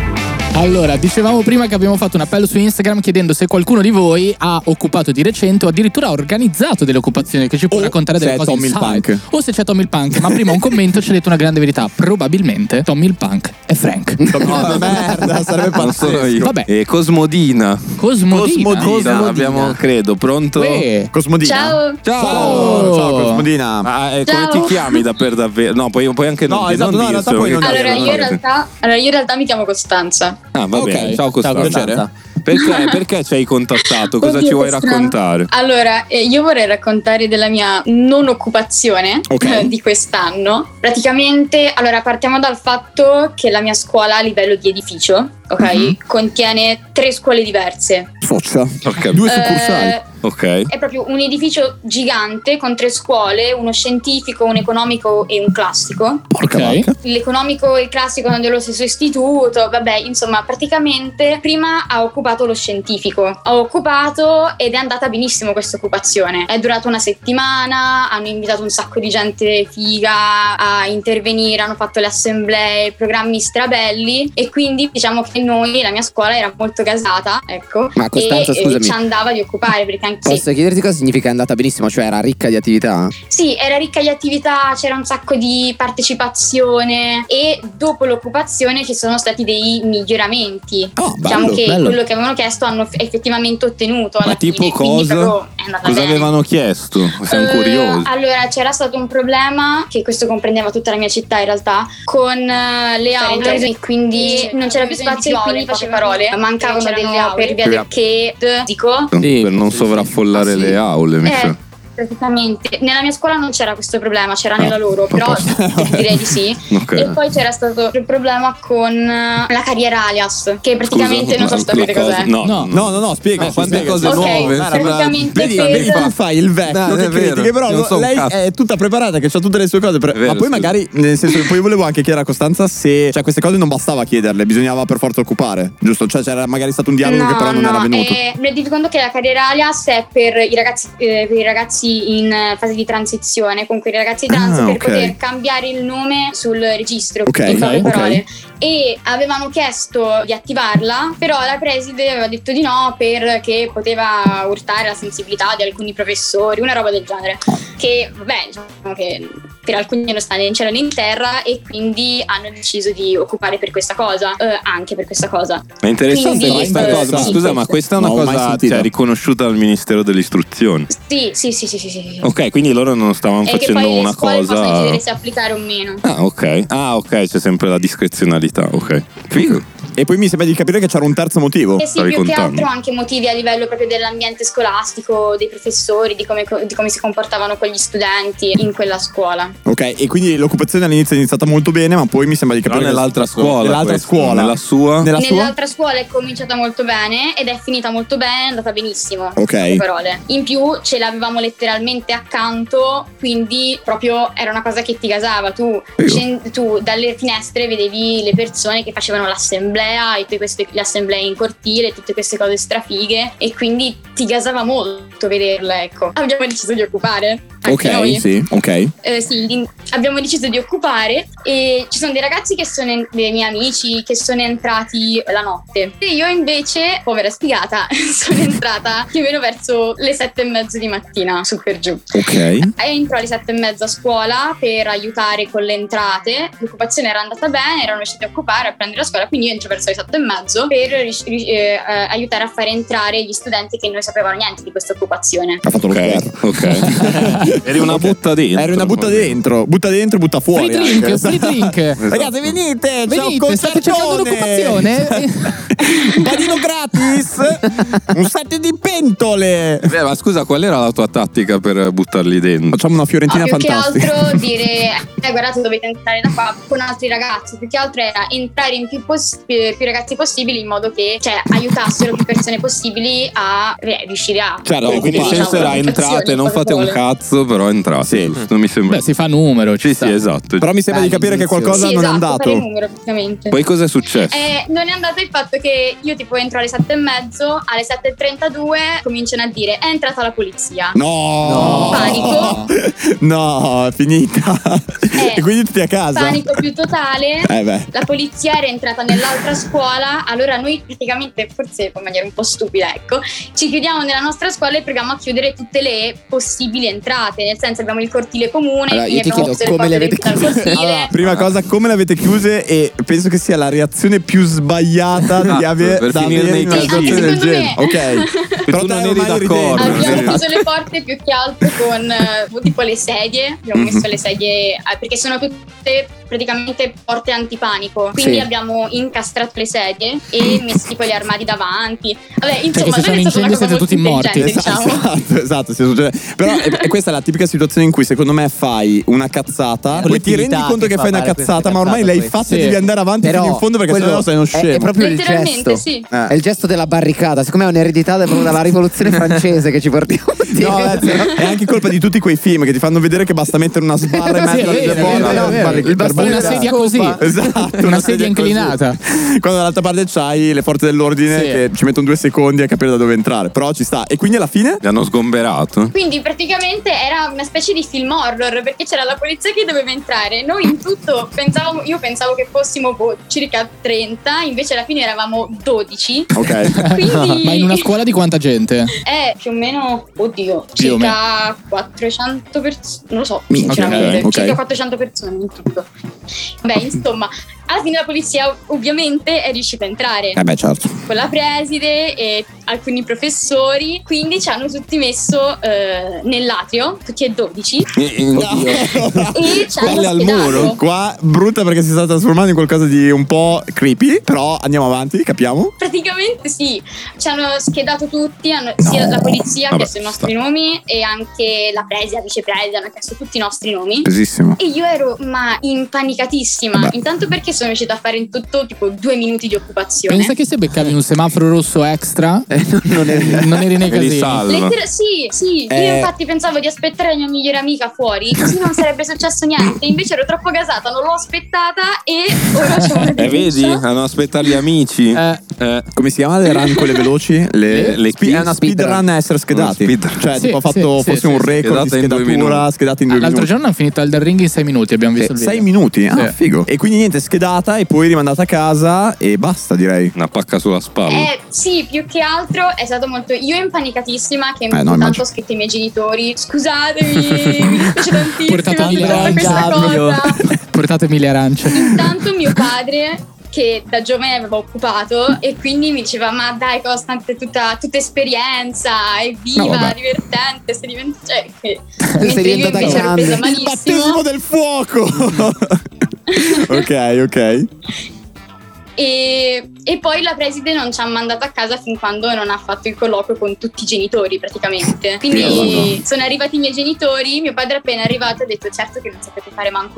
C: Allora, dicevamo prima che abbiamo fatto un appello su Instagram chiedendo se qualcuno di voi ha occupato di recente o addirittura ha organizzato delle occupazioni che ci può raccontare delle
E: se è
C: cose
E: Tommy il
C: inside.
E: Punk.
C: o se c'è Tommy il Punk, ma prima un commento ci ha detto una grande verità, probabilmente Tommy il Punk è Frank.
E: No, merda, sarebbe
F: Non sono io.
C: Vabbè.
F: E Cosmodina.
C: Cosmodina.
F: Cosmodina. Abbiamo, credo, pronto?
C: Uè.
F: Cosmodina.
H: Ciao.
F: Ciao.
H: Ciao.
F: Ciao, Cosmodina. Ah, eh, come
H: Ciao.
F: ti chiami da per davvero? No, puoi, puoi anche
H: No,
F: non,
H: esatto,
F: non
H: no, in
F: dirselo,
H: realtà poi
F: che
H: non
F: cazzo,
H: allora,
F: no,
H: io in
F: no.
H: realtà, allora, io in realtà mi chiamo Costanza.
F: Ah, va
H: Ok.
F: bene. Ciao Costanza.
E: Costanza.
F: Perché, perché ci hai contattato? Cosa
H: Oddio,
F: ci vuoi
H: che strano.
F: raccontare?
H: Allora, eh, io vorrei raccontare della mia non occupazione eh, di quest'anno. Praticamente, allora, partiamo dal fatto che la mia scuola a livello di edificio,
I: Uhum.
H: ok,
F: Mhm.
H: contiene tre scuole diverse.
E: Soccia.
H: Due succursali. Eh,
F: ok.
H: È proprio un edificio gigante con tre scuole, uno scientifico, un economico e un classico. L'economico e il classico sono dello stesso istituto, vabbè, insomma, praticamente prima ha occupato lo scientifico. Ho occupato ed è andata benissimo questa occupazione. È durata una settimana, hanno invitato un sacco di gente figa a intervenire, hanno fatto le assemblee, programmi strabelli e quindi diciamo che noi, la mia scuola era molto gasata, ecco.
D: Ma, Costanza,
H: e, eh,
D: scusami.
H: ci andava di occupare perché anche sì.
D: Posso chiederti cosa significa è andata benissimo? Cioè era ricca di attività?
H: Sì, era ricca di attività, c'era un sacco di partecipazione e dopo l'occupazione ci sono stati dei miglioramenti. diciamo
F: Oh, bello,
H: che
F: bello.
H: quello che avevano chiesto hanno f- effettivamente ottenuto.
F: Ma
H: alla
F: tipo
H: fine, quindi proprio
F: cosa?
H: è andata
F: Cosa
H: bene.
F: avevano chiesto? Siamo
H: Eh,
F: curiosi.
H: Allora, c'era stato un problema, che questo comprendeva tutta la mia città in realtà, con eh, le aule e quindi non c'era più spazio e quindi faceva parole. Mancavano delle aule per via del che dico.
F: per non sovraffollare le aule, mi sa.
H: Eh, praticamente. Nella mia scuola non c'era questo problema, c'era
E: Ah.
H: nella loro, però direi di sì.
F: Ok.
H: E poi c'era stato il problema con eh, la carriera alias, che praticamente non so se sapete cos'è.
E: No, no, no, no, spiega. quante cose
H: Ok,
E: nuove.
H: praticamente
E: vedi,
H: questa-
E: vedi come fai il vecchio
H: No,
E: che
H: è
E: critiche,
H: vero,
E: però
H: non so un
E: lei
H: cazzo.
E: è tutta preparata, che ha tutte le sue cose. pre- ma poi magari, nel senso, poi volevo anche chiedere a Costanza se cioè, queste cose non bastava chiederle, bisognava per forza occupare, giusto? Cioè, c'era magari stato un dialogo
H: no,
E: che però non
H: no,
E: era venuto.
H: eh, renditi conto che la carriera alias è per i ragazzi, eh, per i ragazzi in eh, fase di transizione, comunque i ragazzi trans
E: Ah,
H: per
E: ok.
H: poter cambiare il nome sul registro,
E: Ok,
H: in poche
E: ok, ok.
H: parole. E avevano chiesto di attivarla, però la preside aveva detto di no perché poteva urtare la sensibilità di alcuni professori, una roba del genere. Che vabbè, diciamo che per alcuni non sta né in cielo né in terra e quindi hanno deciso di occupare per questa cosa, eh, anche per questa cosa.
F: Ma è interessante
H: Quindi,
F: questa
H: eh,
F: cosa. Ma
H: sì,
F: scusa,
H: sì,
F: ma
H: sì.
F: questa è una
H: No, mai
F: cosa
H: sentita.
F: cioè, riconosciuta dal Ministero dell'Istruzione.
H: Sì, sì, sì, sì, sì. sì.
F: Ok, quindi loro non stavano
H: E che
F: facendo
H: poi le
F: una
H: scuole
F: cosa.
H: possono decidere se applicare o meno.
F: Ah, ok. Ah, ok, c'è sempre la discrezionalità, ok. Figo.
E: E poi mi sembra di capire che c'era un terzo
F: Ecco,
E: motivo.
H: Eh sì, più che altro anche motivi a livello proprio dell'ambiente scolastico, dei professori, di come, di come si comportavano con gli studenti in quella scuola.
E: Ok, e quindi l'occupazione all'inizio è iniziata molto bene, ma poi mi sembra di capire.
F: Però
E: che-
F: nell'altra scuola
E: Nell'altra
F: questo,
E: scuola.
F: nella sua?
E: Nella sua?
H: Nell'altra scuola è cominciata molto bene ed è finita molto bene, è andata benissimo.
E: Ok.
H: in poche Parole. In più ce l'avevamo letteralmente accanto, quindi proprio era una cosa che ti gasava. Tu, scen- tu dalle finestre vedevi le persone che facevano l'assemblea e tutte queste le assemblee in cortile, tutte queste cose strafighe e quindi ti gasava molto vederle, ecco. Abbiamo deciso di occupare. anche
E: Ok,
H: noi.
E: sì, ok.
H: Eh, sì, di- abbiamo deciso di occupare e ci sono dei ragazzi che sono en- dei miei amici che sono entrati la notte e io invece, povera sfigata, sono entrata più o meno verso le sette e mezzo di mattina, su per giù.
E: Ok.
H: Entro alle sette e mezza a scuola per aiutare con le entrate. L'occupazione era andata bene, erano riusciti a occupare, a prendere la scuola, quindi io entro verso le sette e mezzo per rius- rius- eh, eh, aiutare a fare entrare gli studenti che non sapevano niente di questa occupazione.
E: Ha fatto lo Ok.
F: Eri una butta dentro.
E: Eri una butta dentro. Butta dentro, butta fuori.
C: Free drink,
E: anche. Esatto.
C: free drink.
F: Esatto.
E: Ragazzi, venite, c'è un
C: Venite, state cercando
E: concertone.
C: un'occupazione?
E: Un panino gratis. un set di pentole.
F: Beh, Eh, ma scusa, qual era la tua tattica per buttarli dentro?
E: Facciamo una fiorentina
H: Ah, più che altro dire eh, guardate dovete entrare da qua con altri ragazzi più che altro era entrare in più, pos- più più ragazzi possibili in modo che cioè, aiutassero più persone possibili a eh, riuscire a
E: Cioè,
H: Diciamo,
F: Certo, quindi il senso era entrate, non fate un cazzo, però entrate. Giusto? mi sembra. Beh,
C: si fa numero.
F: Sì, sì, esatto.
E: Però mi sembra di capire che qualcosa
H: sì,
E: non
H: esatto,
E: è
H: fare il
E: andato.
H: numero praticamente
F: Poi cosa è successo?
H: Eh, non è andato il fatto che io tipo entro alle 7 e mezzo alle 7.32 cominciano a dire è entrata la polizia
E: No.
H: Panico.
E: No, è finita. e quindi tutti a casa.
H: Panico più totale.
E: Eh beh.
H: La polizia era entrata nell'altra scuola, allora noi praticamente, forse in maniera un po' stupida, ecco, ci chiudiamo nella nostra scuola e proviamo a chiudere tutte le possibili entrate, nel senso abbiamo il cortile comune,
D: Allora,
H: quindi
D: io ti
H: abbiamo
D: chiedo
H: tutte le
D: come
H: porte
D: le avete
H: dentro al cortile.
E: Allora,
F: Ah.
E: prima cosa, come l'avete chiuse? E penso che sia la reazione più sbagliata di
F: Esatto,
E: avere
F: per
E: da
F: finire
E: avere
F: nei
E: in una
F: casini.
E: situazione del
F: Anche
E: genere.
F: secondo me.
E: Ok,
F: tu non eri
E: ormai
F: d'accordo.
E: dentro.
H: Abbiamo
E: Esatto.
H: chiuso le porte più che altro con eh, tipo le sedie, abbiamo messo le sedie eh, perché sono tutte praticamente porte antipanico, quindi
C: Sì.
H: abbiamo incastrato le sedie e messo tipo gli armadi davanti. Vabbè, insomma,
C: se c'è
H: non
C: un
H: è stata una
C: incendio
H: cosa
C: siete
H: molto
C: tutti morti.
H: intelligente, diciamo.
E: Esatto, esatto, sì, succede. Però è, è questa è la tipica situazione in cui secondo me fai una cazzata, poi ti rendi
G: Collettività
E: conto
G: che
E: che
G: fa
E: fai una
G: fare queste
E: cazzata, ma ormai l'hai
G: cazzate poi.
E: fatta
G: Sì.
E: e devi andare avanti
D: Però
E: fino in fondo perché sennò
D: quello
E: sei uno scemo. Eh.
D: È, è proprio il gesto. Eh.
H: sì.
D: È il gesto della barricata. Siccome è un'eredità da- proprio dalla rivoluzione francese che ci portiamo dietro.
E: No, ragazzi, è anche colpa di tutti quei film che ti fanno vedere che basta mettere una sbarra in
D: Sì,
E: mezzo
D: è
E: alle due
D: vero,
E: porte
D: è vero,
E: per
D: è vero.
E: barri-
D: Il
E: per
D: bastone
E: barricare.
D: a sedia così.
E: Esatto,
D: Una sedia
E: così.
D: inclinata.
E: Quando dall'altra parte c'hai le forze dell'ordine
D: Sì.
E: che ci mettono due secondi a capire da dove entrare, però ci sta. E quindi alla fine
F: li hanno sgomberato.
H: Quindi praticamente era una specie di film horror perché c'era la polizia che doveva entrare. Noi in tutto pensavamo, io pensavo che fossimo boh, circa 30, invece alla fine eravamo 12.
C: Ok.
H: Quindi-
C: Ma in una scuola di quanta gente?
H: Eh, più o meno, oddio,
C: Più o
H: circa 400 persone, non lo so,
C: Minchia,
H: sinceramente,
C: ok, ok.
H: circa 400 persone in tutto. Beh, insomma, alla fine la polizia ovviamente è riuscita a entrare.
E: Eh beh, certo.
H: Con la preside e alcuni professori, quindi ci hanno tutti messo eh, nell'atrio, tutti e 12.
E: Eh,
H: e ci hanno
E: Pelle al muro.
H: ospitato.
E: Qua brutta perché si sta trasformando in qualcosa di un po' creepy. Però andiamo avanti, capiamo.
H: Praticamente sì, ci hanno schedato tutti, hanno- sia la polizia ha
E: Vabbè,
H: chiesto i nostri nomi e anche la preside, la vicepreside hanno chiesto tutti i nostri nomi.
E: Pesissimo.
H: E io ero ma impanicatissima,
C: Vabbè.
H: intanto perché sono riuscita a fare in tutto tipo due minuti di occupazione.
C: Pensa che se beccavi un semaforo rosso extra,
E: Eh,
C: non eri, nei
F: Eri
C: casini.
F: salvo.
H: Lettera- sì, sì, io
C: Eh.
H: infatti pensavo di aspettare la mia migliore amica fuori, così non sarebbe successo niente, invece ero troppo gasata, non l'ho aspettata e ora c'ho una
F: Eh, vedi?
H: denuncia.
F: Hanno aspettato gli amici. Eh.
E: Come si chiama le run quelle veloci? Le,
F: Le- le eh,
E: spi-
F: chi?
E: è una speedrun
F: Speedrun.
E: a essere schedati.
F: Una speedrun.
E: Cioè,
F: Sì,
E: tipo, ha fatto
F: sì,
E: forse
F: sì,
E: un
F: sì.
E: record
F: Schedata
E: di
F: in due
E: schedatura,
F: minuti.
E: schedata in due
C: L'altro
E: minuti.
C: giorno hanno finito il del ring in 6 minuti, abbiamo visto il video.
E: 6 minuti? Ah,
C: Sì.
E: figo. E quindi niente, schedata e poi rimandata a casa e basta, direi.
F: Una pacca sulla spalla.
H: Eh, sì, più che altro è stato molto. Io impanicatissima che
E: Eh, no,
H: tanto
E: immagino.
H: ho scritto ai miei genitori: scusatemi, mi dispiace tantissimo
C: Portatemi
H: per
C: le
H: tutta questa
C: arance.
H: cosa.
C: Portatemi le arance.
H: Tanto mio padre che da giovane aveva occupato e quindi mi diceva ma dai costa anche tutta, tutta esperienza è
C: No,
H: viva
C: vabbè.
H: divertente sei diventata cioè, che- mentre io
E: diventata
H: invece ero presa
E: grande. Il
H: malissimo
E: del fuoco ok, ok.
H: E, e poi la preside non ci ha mandato a casa fin quando non ha fatto il colloquio con tutti i genitori praticamente. Quindi
J: Madonna.
H: sono arrivati i miei genitori, mio padre è appena arrivato ha detto certo che non sapete fare manco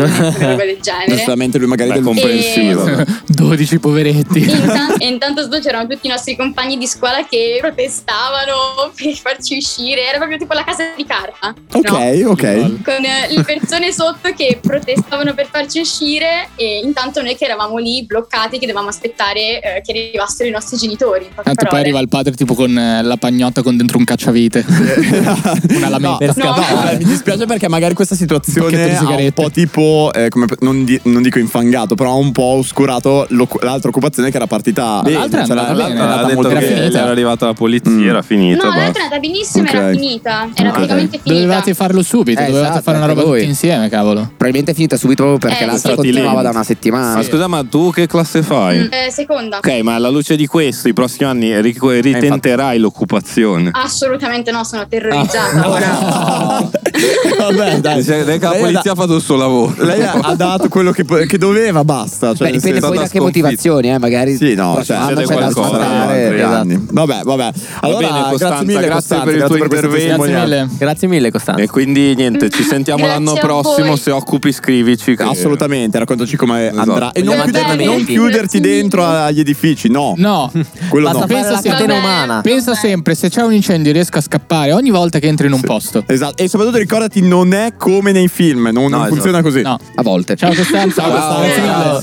H: una roba del genere.
E: Giustamente lui magari
H: Beh,
E: del
H: comprensivo.
E: E-
C: 12 poveretti.
H: Intan- e intanto sotto c'erano tutti i nostri compagni di scuola che protestavano per farci uscire, era proprio tipo la casa di carta.
E: Ok, ok.
H: Con eh, le persone sotto che protestavano per farci uscire e intanto noi che eravamo lì bloccati che dovevamo aspettare eh, che arrivassero i nostri genitori. in poche
C: Tanto poi
H: parole.
C: arriva il padre tipo con eh, la pagnotta con dentro un cacciavite. Una lametta.
E: No,
F: Ah,
E: eh, mi dispiace perché magari questa
C: Pacchetto di
E: situazione ha un
C: sigarette.
E: po' tipo, eh, come- non, di- non dico infangato, però ha un po' oscurato lo- l'altra occupazione che era partita.
F: Bene,
E: bene,
F: cioè,
E: cioè,
F: la-
E: l'altra
F: la- ha detto che le era arrivata la polizia, era finita.
H: No, l'altra
C: boh.
F: basta.
H: è andata benissimo, era
F: Ok.
H: finita, era
F: Ok.
H: praticamente finita.
C: Dovevate farlo subito,
D: Eh,
C: dovevate
D: esatto,
C: fare una
D: anche
C: roba
D: voi.
C: tutti insieme, cavolo.
D: Probabilmente è finita subito proprio
H: perché Eh, l'altra
F: Stati
D: continuava
F: lenti.
D: da una settimana.
F: Ma
D: Sì.
F: scusa, ma tu che classe fai?
H: Mm, eh, seconda.
F: Ok, ma alla luce di questo, i prossimi anni ri- ritenterai l'occupazione.
H: Assolutamente no, sono terrorizzata.
C: Ah,
E: Vabbè, dai.
F: la
E: Lei ha
F: polizia ha fatto il suo lavoro.
E: Lei ha ha dato quello che, po- che doveva, basta. Cioè,
D: Beh, dipende
E: nel senso-
D: poi da che
E: sconfitta.
D: motivazioni, eh, magari.
E: Sì, no,
D: prossimo
E: cioè,
D: anno
E: succede
D: c'è da
E: qualcosa,
D: aspettare.
E: altri
D: Esatto.
E: anni. Vabbè, vabbè. Allora,
F: eh, bene, Costanza,
E: grazie mille,
F: grazie
E: Costanza,
F: per il tuo
E: questa
F: intervento.
E: testimonianza.
F: Grazie
G: Grazie mille, Costanza.
F: E quindi niente, ci sentiamo
E: Grazie
F: l'anno
E: a
F: prossimo.
E: voi.
F: Se occupi, scrivici. Esatto.
E: Assolutamente, raccontaci come andrà. E non,
F: Vogliamo
E: chiuderti-
F: aggiornamenti?
E: non chiuderti dentro agli edifici, no.
C: No,
E: quello no.
C: pensa sempre, se c'è un incendio riesco a scappare ogni volta che entro in un posto.
E: Esatto, e soprattutto ricordati, non è come nei film, non, non
F: esatto.
E: funziona così. No,
D: a volte.
C: Ciao, Costanza.
E: Ciao, Costanza.
C: Ciao.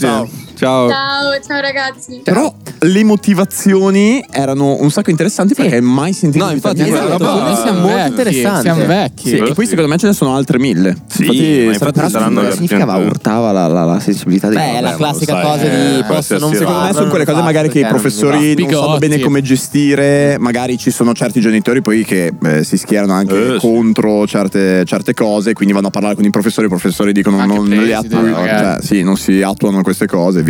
E: Ciao.
H: Ciao, ciao ragazzi.
E: Però le motivazioni erano un sacco interessanti perché mai sentito
G: No,
E: invitati
G: infatti,
E: in
G: esatto,
E: questa roba.
G: noi siamo molto Vecchi, interessanti. siamo vecchi.
E: Sì, e poi secondo me ce ne sono altre mille.
F: Sì, ma infatti
E: però
F: saranno
E: cosa
F: le
E: significava
F: gente-
E: urtava la, la- la sensibilità di
D: Beh, è la
E: Vabbè, ma Eh, lo
D: classica
E: sai,
D: cosa di posso
E: qualsiasi
D: non
E: Secondo me
D: farlo,
E: sono quelle
D: non
E: cose magari che i
D: farlo, perché non mi
E: professori
D: va.
E: non sanno
D: Bigotti.
E: bene come gestire, magari ci sono certi genitori poi che eh, si schierano anche contro certe, certe cose, quindi vanno a parlare con i professori, i professori dicono non le
K: presidi,
E: attuano, cioè,
K: magari.
E: sì, non si attuano queste cose e via.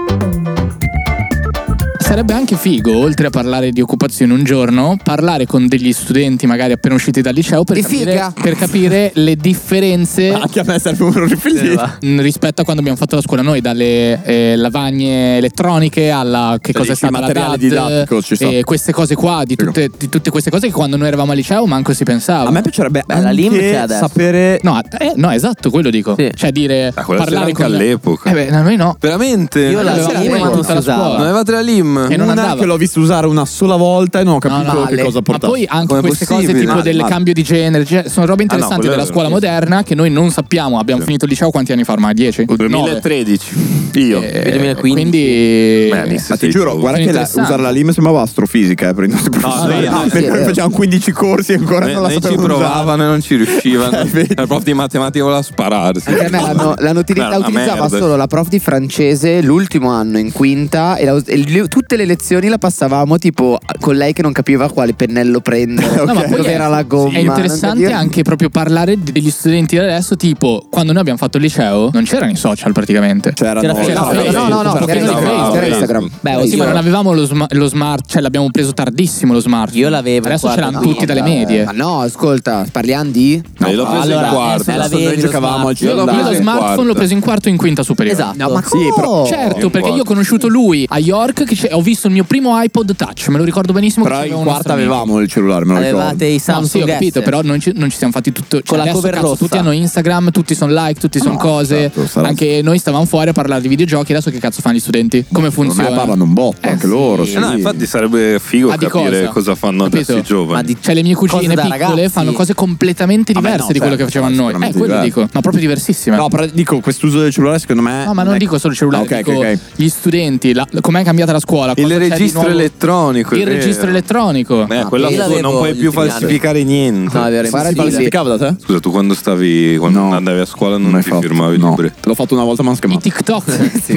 C: Sarebbe anche figo, oltre a parlare di occupazione un giorno, parlare con degli studenti magari appena usciti dal liceo per,
D: Di
C: capire,
D: figa.
C: per capire le differenze
E: Anche a me serve un
G: Eh,
E: riferimento.
C: Mm, rispetto a quando abbiamo fatto la scuola noi, dalle eh, lavagne elettroniche alla che
E: Sì,
C: cosa è
E: il
C: stata
E: materiale
C: la DAD,
E: didattico ci sta.
C: e queste cose qua, di tutte, di tutte queste cose che quando noi eravamo al liceo manco si pensava. A me
E: piacerebbe
C: Bella
E: anche sapere-
C: No, eh, no, esatto, quello dico. Cioè dire
F: Ah, quella c'era
C: parlare
F: anche
C: con
F: all'epoca.
C: Eh beh, no, noi no.
F: Veramente?
C: Io eh, la Lim non si usava.
F: Non avevate la Lim?
C: E non
E: una
C: andava.
E: che l'ho visto usare una sola volta e non ho capito
C: No, no,
E: che
C: le-
E: cosa portava.
C: Ma poi anche queste cose tipo del cambio di genere, cioè, sono
D: Ah,
C: robe interessanti
E: quello
C: della
E: era-
C: scuola
E: sì.
C: moderna che noi non sappiamo. Abbiamo finito il liceo quanti anni fa? Ormai 10?
F: 2013. Io.
C: Eh, 2015. Quindi...
E: Ma Ah, ti giuro, guarda che la-
C: Interessante.
E: usare la LIM sembrava astrofisica eh, per i nostri professori.
F: no, no,
E: Ah,
F: sì,
E: perché
F: è
E: noi
F: vero.
E: facevamo 15 corsi e ancora
F: Noi
E: non la
F: noi ci
E: sapevamo usare.
F: provavano e non ci riuscivano. La prof di matematica voleva spararsi.
D: Anche a me l'hanno, l'hanno utilizzata,
F: Era una
D: utilizzava
F: merda.
D: solo la prof di francese l'ultimo anno in quinta e, la us- e li- tutti tutte le lezioni la passavamo tipo con lei che non capiva quale pennello prendere,
C: No, ma poi
D: dove
C: è-
D: era la gomma.
C: È interessante
D: non capiva-
C: anche proprio parlare di- degli studenti di adesso, tipo quando noi abbiamo fatto il liceo non c'erano i social praticamente. C'erano
D: C'era Facebook. No, no, no, c'era Facebook, c'era Instagram.
C: Beh, sì, ma non avevamo lo, sma- lo smart, cioè l'abbiamo preso tardissimo lo smart. Io l'avevo. Adesso ce l'hanno tutti dalle medie.
D: Ma no, ascolta, parliamo di. eh,
C: No,
D: io
C: l'ho preso in quarta. Noi giocavamo al
D: Io l'ho
C: Io
D: preso
C: lo
D: in
C: smartphone l'ho preso in quarto e in quinta superiore.
D: Esatto. No, ma come?
C: certo, perché io ho conosciuto lui a York, che c'è- ho visto il mio primo iPod Touch, me lo ricordo benissimo.
E: Però in quarta avevamo il cellulare, me lo ricordo.
C: No, sì, ho capito, però non ci, non ci siamo fatti tutto. Cioè,
E: Con la
C: adesso,
E: cover
C: cazzo,
E: rossa.
C: tutti hanno Instagram, tutti sono like, tutti sono cose.
E: esatto,
C: Anche noi stavamo fuori a parlare di videogiochi, adesso che cazzo fanno gli studenti? Come funziona? Eh,
E: parlano un botto,
F: anche loro.
C: sì.
F: No, infatti sarebbe figo
C: Ma di
F: capire
C: cosa?
F: cosa, fanno adesso i giovani.
C: cioè, le mie
F: Cose
C: cugine
F: da
C: piccole
F: ragazzi.
C: fanno cose completamente diverse di quello
E: certo,
C: che facevamo noi. Eh, quello dico. Ma proprio diversissime.
E: No, però dico, quest'uso del cellulare secondo
F: Eh,
E: me.
C: No, ma
F: ecco.
C: non
E: è-
C: dico solo il cellulare,
E: Ok,
C: dico
E: ok, ok.
C: gli studenti, la- com'è cambiata la scuola.
F: Il
C: cosa c'è di
F: registro
C: nuovo-
F: elettronico. è
C: Il
F: vero.
C: registro elettronico.
F: Eh, quella
C: Ah, io
F: fu-
C: l'avevo
F: non puoi
C: gli
F: più
C: ultimi anni.
F: falsificare niente.
C: No, è vero,
F: Si
C: infatti sì.
F: falsificava da te? Scusa, tu quando stavi quando andavi a scuola non, ti firmavi i libri.
E: L'ho fatto una volta, ma non scamato.
C: I TikTok.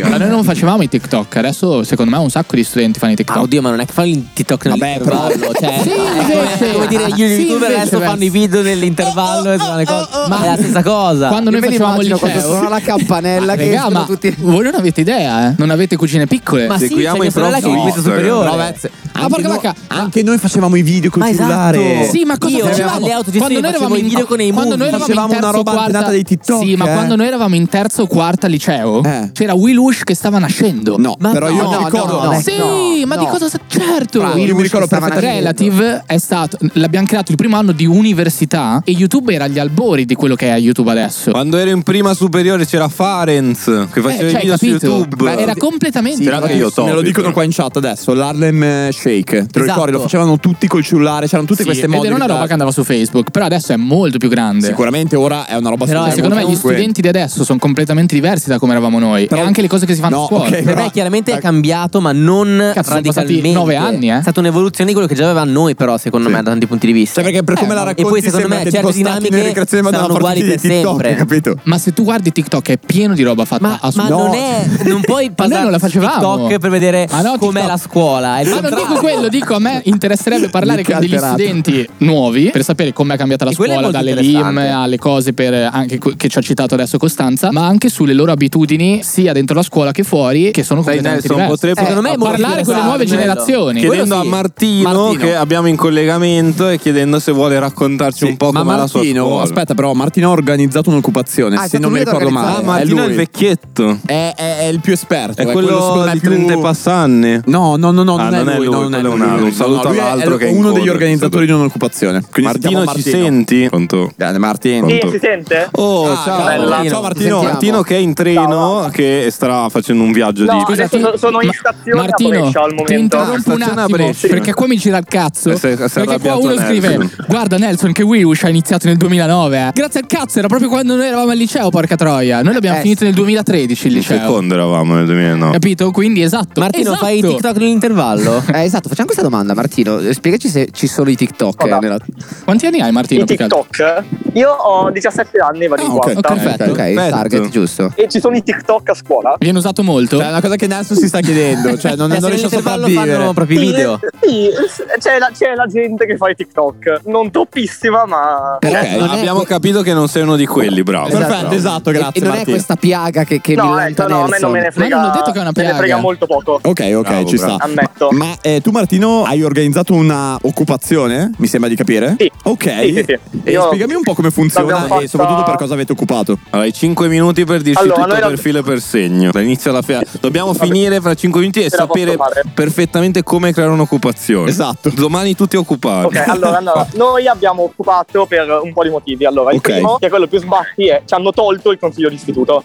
C: ma noi non facevamo i TikTok, adesso secondo me un sacco di studenti fanno i TikTok. oddio, ma non è che fanno i TikTok Vabbè, però
G: cioè,
C: Sì, invece.
G: come dire, gli
C: Sì,
G: youtuber
C: invece,
G: adesso
C: beh.
G: fanno i video nell'intervallo e fanno le cose. Ma è la stessa cosa.
C: Quando noi facevamo il liceo,
D: la campanella
G: che escono
C: Ah, ma voi non avete idea, eh? Non avete cugine piccole.
G: Ma sì, Seguiamo c'è mia i sorella prof che è in su quinta Instagram. superiore.
C: Vabbè, se- Ah, porca vacca.
E: eh, Anche noi facevamo i video col
C: Ma esatto.
E: cellulare.
C: Sì, ma cosa
G: Io
C: facevamo?
G: alle autogestioni
C: Quando noi
G: facevo
C: eravamo
G: i
C: in-
G: video con i
C: quando
G: movie.
C: noi eravamo in
G: Facevamo una
C: terzo,
G: roba
C: quarta-
G: nata dai TikTok,
C: Sì, ma
G: eh.
C: quando noi eravamo in terzo o quarta liceo, c'era Will Ush che stava nascendo. No, ma
E: però io
C: no,
E: mi ricordo-
C: no, no, sì,
E: no,
C: ma di
E: no.
C: cosa sa- certo.
E: Bravo, io mi ricordo perfettamente.
C: Relative è stato l'abbiamo creato il primo anno di università e YouTube era agli albori di quello che è YouTube adesso.
F: Quando ero in prima superiore c'era Farenz che
C: Eh,
F: faceva
C: cioè,
F: i video su
C: capito?
F: YouTube.
C: Ma era completamente
E: Sì,
C: diverso.
E: me lo dicono qua in chat adesso, l'Harlem eh, Shake. Te lo
C: Esatto.
E: ricordi? Lo facevano tutti col cellulare, c'erano tutte
C: Sì,
E: queste
C: ed
E: modi.
C: era una
E: di
C: roba
E: fare.
C: che andava su Facebook, però adesso è molto più grande.
E: Sicuramente ora è una roba
C: Però
E: super-
C: secondo me gli
E: comunque-
C: studenti di adesso sono completamente diversi da come eravamo noi. e anche le cose che si fanno a scuola.
G: per me chiaramente
E: Ecco.
G: è cambiato, ma non
C: Cazzo, sono passati
G: radicalmente.
C: nove anni, eh.
G: È stata un'evoluzione di quello che già avevamo noi, però, secondo me, da tanti punti di vista.
E: Cioè, perché
C: Eh,
E: per come la
G: E poi,
E: racconti
G: secondo
E: sembra
G: me,
E: che
G: certe
E: tipo stacchi nelle
G: dinamiche
E: ricreazioni e mandano
G: saranno
E: forti
G: uguali per
E: di TikTok,
G: sempre.
E: capito?
C: Ma se tu guardi TikTok è pieno di roba fatta a
G: Ma
C: scuola.
G: non è. Non puoi
C: Ma noi
G: passare
C: non la
G: su
C: facevamo.
G: TikTok per vedere
C: Ah,
G: com'è
C: no, TikTok. Ah,
G: la scuola. È il
C: Ma non
G: contrario.
C: dico quello, dico a me interesserebbe parlare
G: Mi
C: con degli
G: calperato.
C: studenti nuovi per sapere come è cambiata la
G: E quello è
C: scuola,
G: molto
C: dalle LIM
G: interessante.
C: alle cose per, eh, anche que- che ci ha citato adesso Costanza, ma anche sulle loro abitudini sia dentro la scuola che fuori, che sono
F: Sai,
C: completamente
F: Nelson,
C: diverse.
G: Eh,
F: potrei-
C: Eh, Secondo me è
F: molto
C: parlare con le
F: interessante
C: nuove
F: quello.
C: generazioni.
F: Chiedendo a Martino, che abbiamo in collegamento e chiedendo se vuole raccontarci un po'
E: Ma
F: come la sua
E: Martino,
F: scuola.
E: aspetta, però Martino ha organizzato un'occupazione,
F: Ah, è
E: se
F: stato
E: non mi
F: lui ad
E: ricordo male.
F: organizzare. Ah, Martino è il vecchietto.
E: È, è- è il più esperto.
F: È quello
E: secondo me,
F: di
E: più-
F: 30 e passanni.
E: No, no, no, no, non,
F: Ah, non
E: è
F: è
E: lui,
F: lui,
E: no, non è
F: quello è
E: lui.
F: un altro. Un saluto
E: lui è-
F: all'altro
E: è
F: che è in
E: uno degli
F: coda,
E: organizzatori di un'occupazione. Quindi si chiama
F: Martino, ci
E: Martino.
F: senti? Pronto.
E: Grande Martino.
F: Pronto.
J: sente?
F: Oh,
J: Ah,
F: ciao,
J: bella.
F: Martino. Martino.
J: Ciao, Martino.
F: Martino che è in treno, che sta facendo un viaggio
J: No,
F: di...
J: adesso so- sono in stazione a
C: Martino,
J: Brescia al
C: ti
J: momento.
C: interrompo un attimo perché qua mi gira il cazzo.
F: Eh, si è- si è
C: perché qua
F: arrabbiato
C: uno
F: Nelson.
C: scrive: Guarda, Nelson, che Wilush ha iniziato nel 2009. eh." Grazie al cazzo, era proprio quando noi eravamo al liceo. Porca troia, noi
F: Eh
C: l'abbiamo finito nel 2013 il
F: In
C: liceo.
F: secondo eravamo nel 2009.
C: Capito? Quindi esatto.
D: Martino,
C: esatto.
D: fai i TikTok
G: nell'intervallo?
D: Eh, esatto, facciamo questa domanda, Martino. eh, Spiegaci se ci sono i TikTok. eh, nella-
C: Quanti anni hai, Martino?
J: I TikTok? Io ho 17 anni, vado in quarta.
D: perfetto. Ah, Ok, il target giusto.
J: E ci sono i TikTok a scuola?
C: Viene usato molto?
E: Cioè, è una cosa che Nelson si sta chiedendo. Cioè, non,
J: Eh, se
E: non riesce a
J: nell'intervallo
E: sopravvivere.
J: fanno proprio i Sì, video. Sì, c'è la, c'è la gente che fa i TikTok. Non troppissima, ma.
E: Eh,
F: Ok, abbiamo capito che non sei uno di quelli, bravo. Bravo.
C: esatto,
D: E, e non è questa piaga che, che
J: No,
D: mi
J: ecco, no, a me non me ne frega. me ne frega molto poco.
E: Ok, ok,
J: Bravo,
E: ci
J: bravo.
E: sta.
J: Ammetto.
E: Ma, ma, eh, tu, Martino, hai organizzato una occupazione? Mi sembra di capire? Sì. Ok.
J: Sì, sì, sì.
E: E
J: Io-
E: spiegami un po' come
J: L'abbiamo
E: funziona
J: fatta-
E: e soprattutto per cosa avete occupato.
F: Allora, hai 5 minuti per dirci
J: Allora,
F: tutto
J: noi la-
F: per filo e per segno. Dall'inizio alla fine. Dobbiamo finire fra 5 minuti e
J: Te la posso
F: sapere
J: fare.
F: perfettamente come creare un'occupazione. Esatto. Domani tutti occupati.
J: Ok, allora, allora, noi abbiamo occupato per un po' di motivi. Allora, il
F: Ok.
J: primo, che è quello più sbatti, è ci hanno tolto il consiglio di istituto.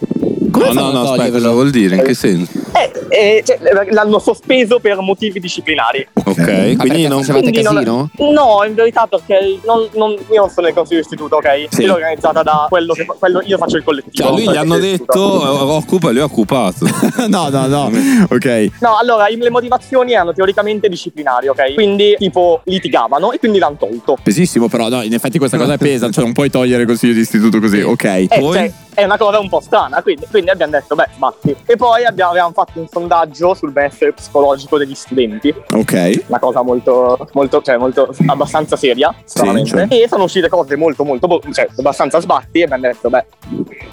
F: no, no, no, aspetta, cosa vuol dire? In che senso?
J: Eh, eh, cioè, l'hanno sospeso per motivi disciplinari.
F: Ok, quindi non
J: Quindi non- No, in verità perché non, non- io non sono nel consiglio di istituto, ok?
F: Sì.
J: Io l'ho organizzata da quello che quello- io faccio il collettivo.
F: Cioè, lui gli
J: Perché-
F: hanno detto "Oh, occupa, lui ha occupato.
E: no, no, no. ok.
J: No, allora i- le motivazioni erano teoricamente disciplinari, ok? Quindi tipo litigavano e quindi l'hanno tolto.
E: Pesissimo, però, no, in effetti questa cosa è pesa. Cioè, non puoi togliere il consiglio di istituto così. Ok.
J: cioè, Eh, cioè, è una cosa un po' strana, quindi, quindi abbiamo detto, beh, sbatti. E poi abbiamo, avevamo fatto un sondaggio sul benessere psicologico degli studenti.
E: Ok.
J: Una cosa molto, molto, cioè, molto abbastanza seria, stranamente.
E: cioè.
J: E sono uscite cose molto, molto, bo- cioè, abbastanza sbatti. E abbiamo detto, beh,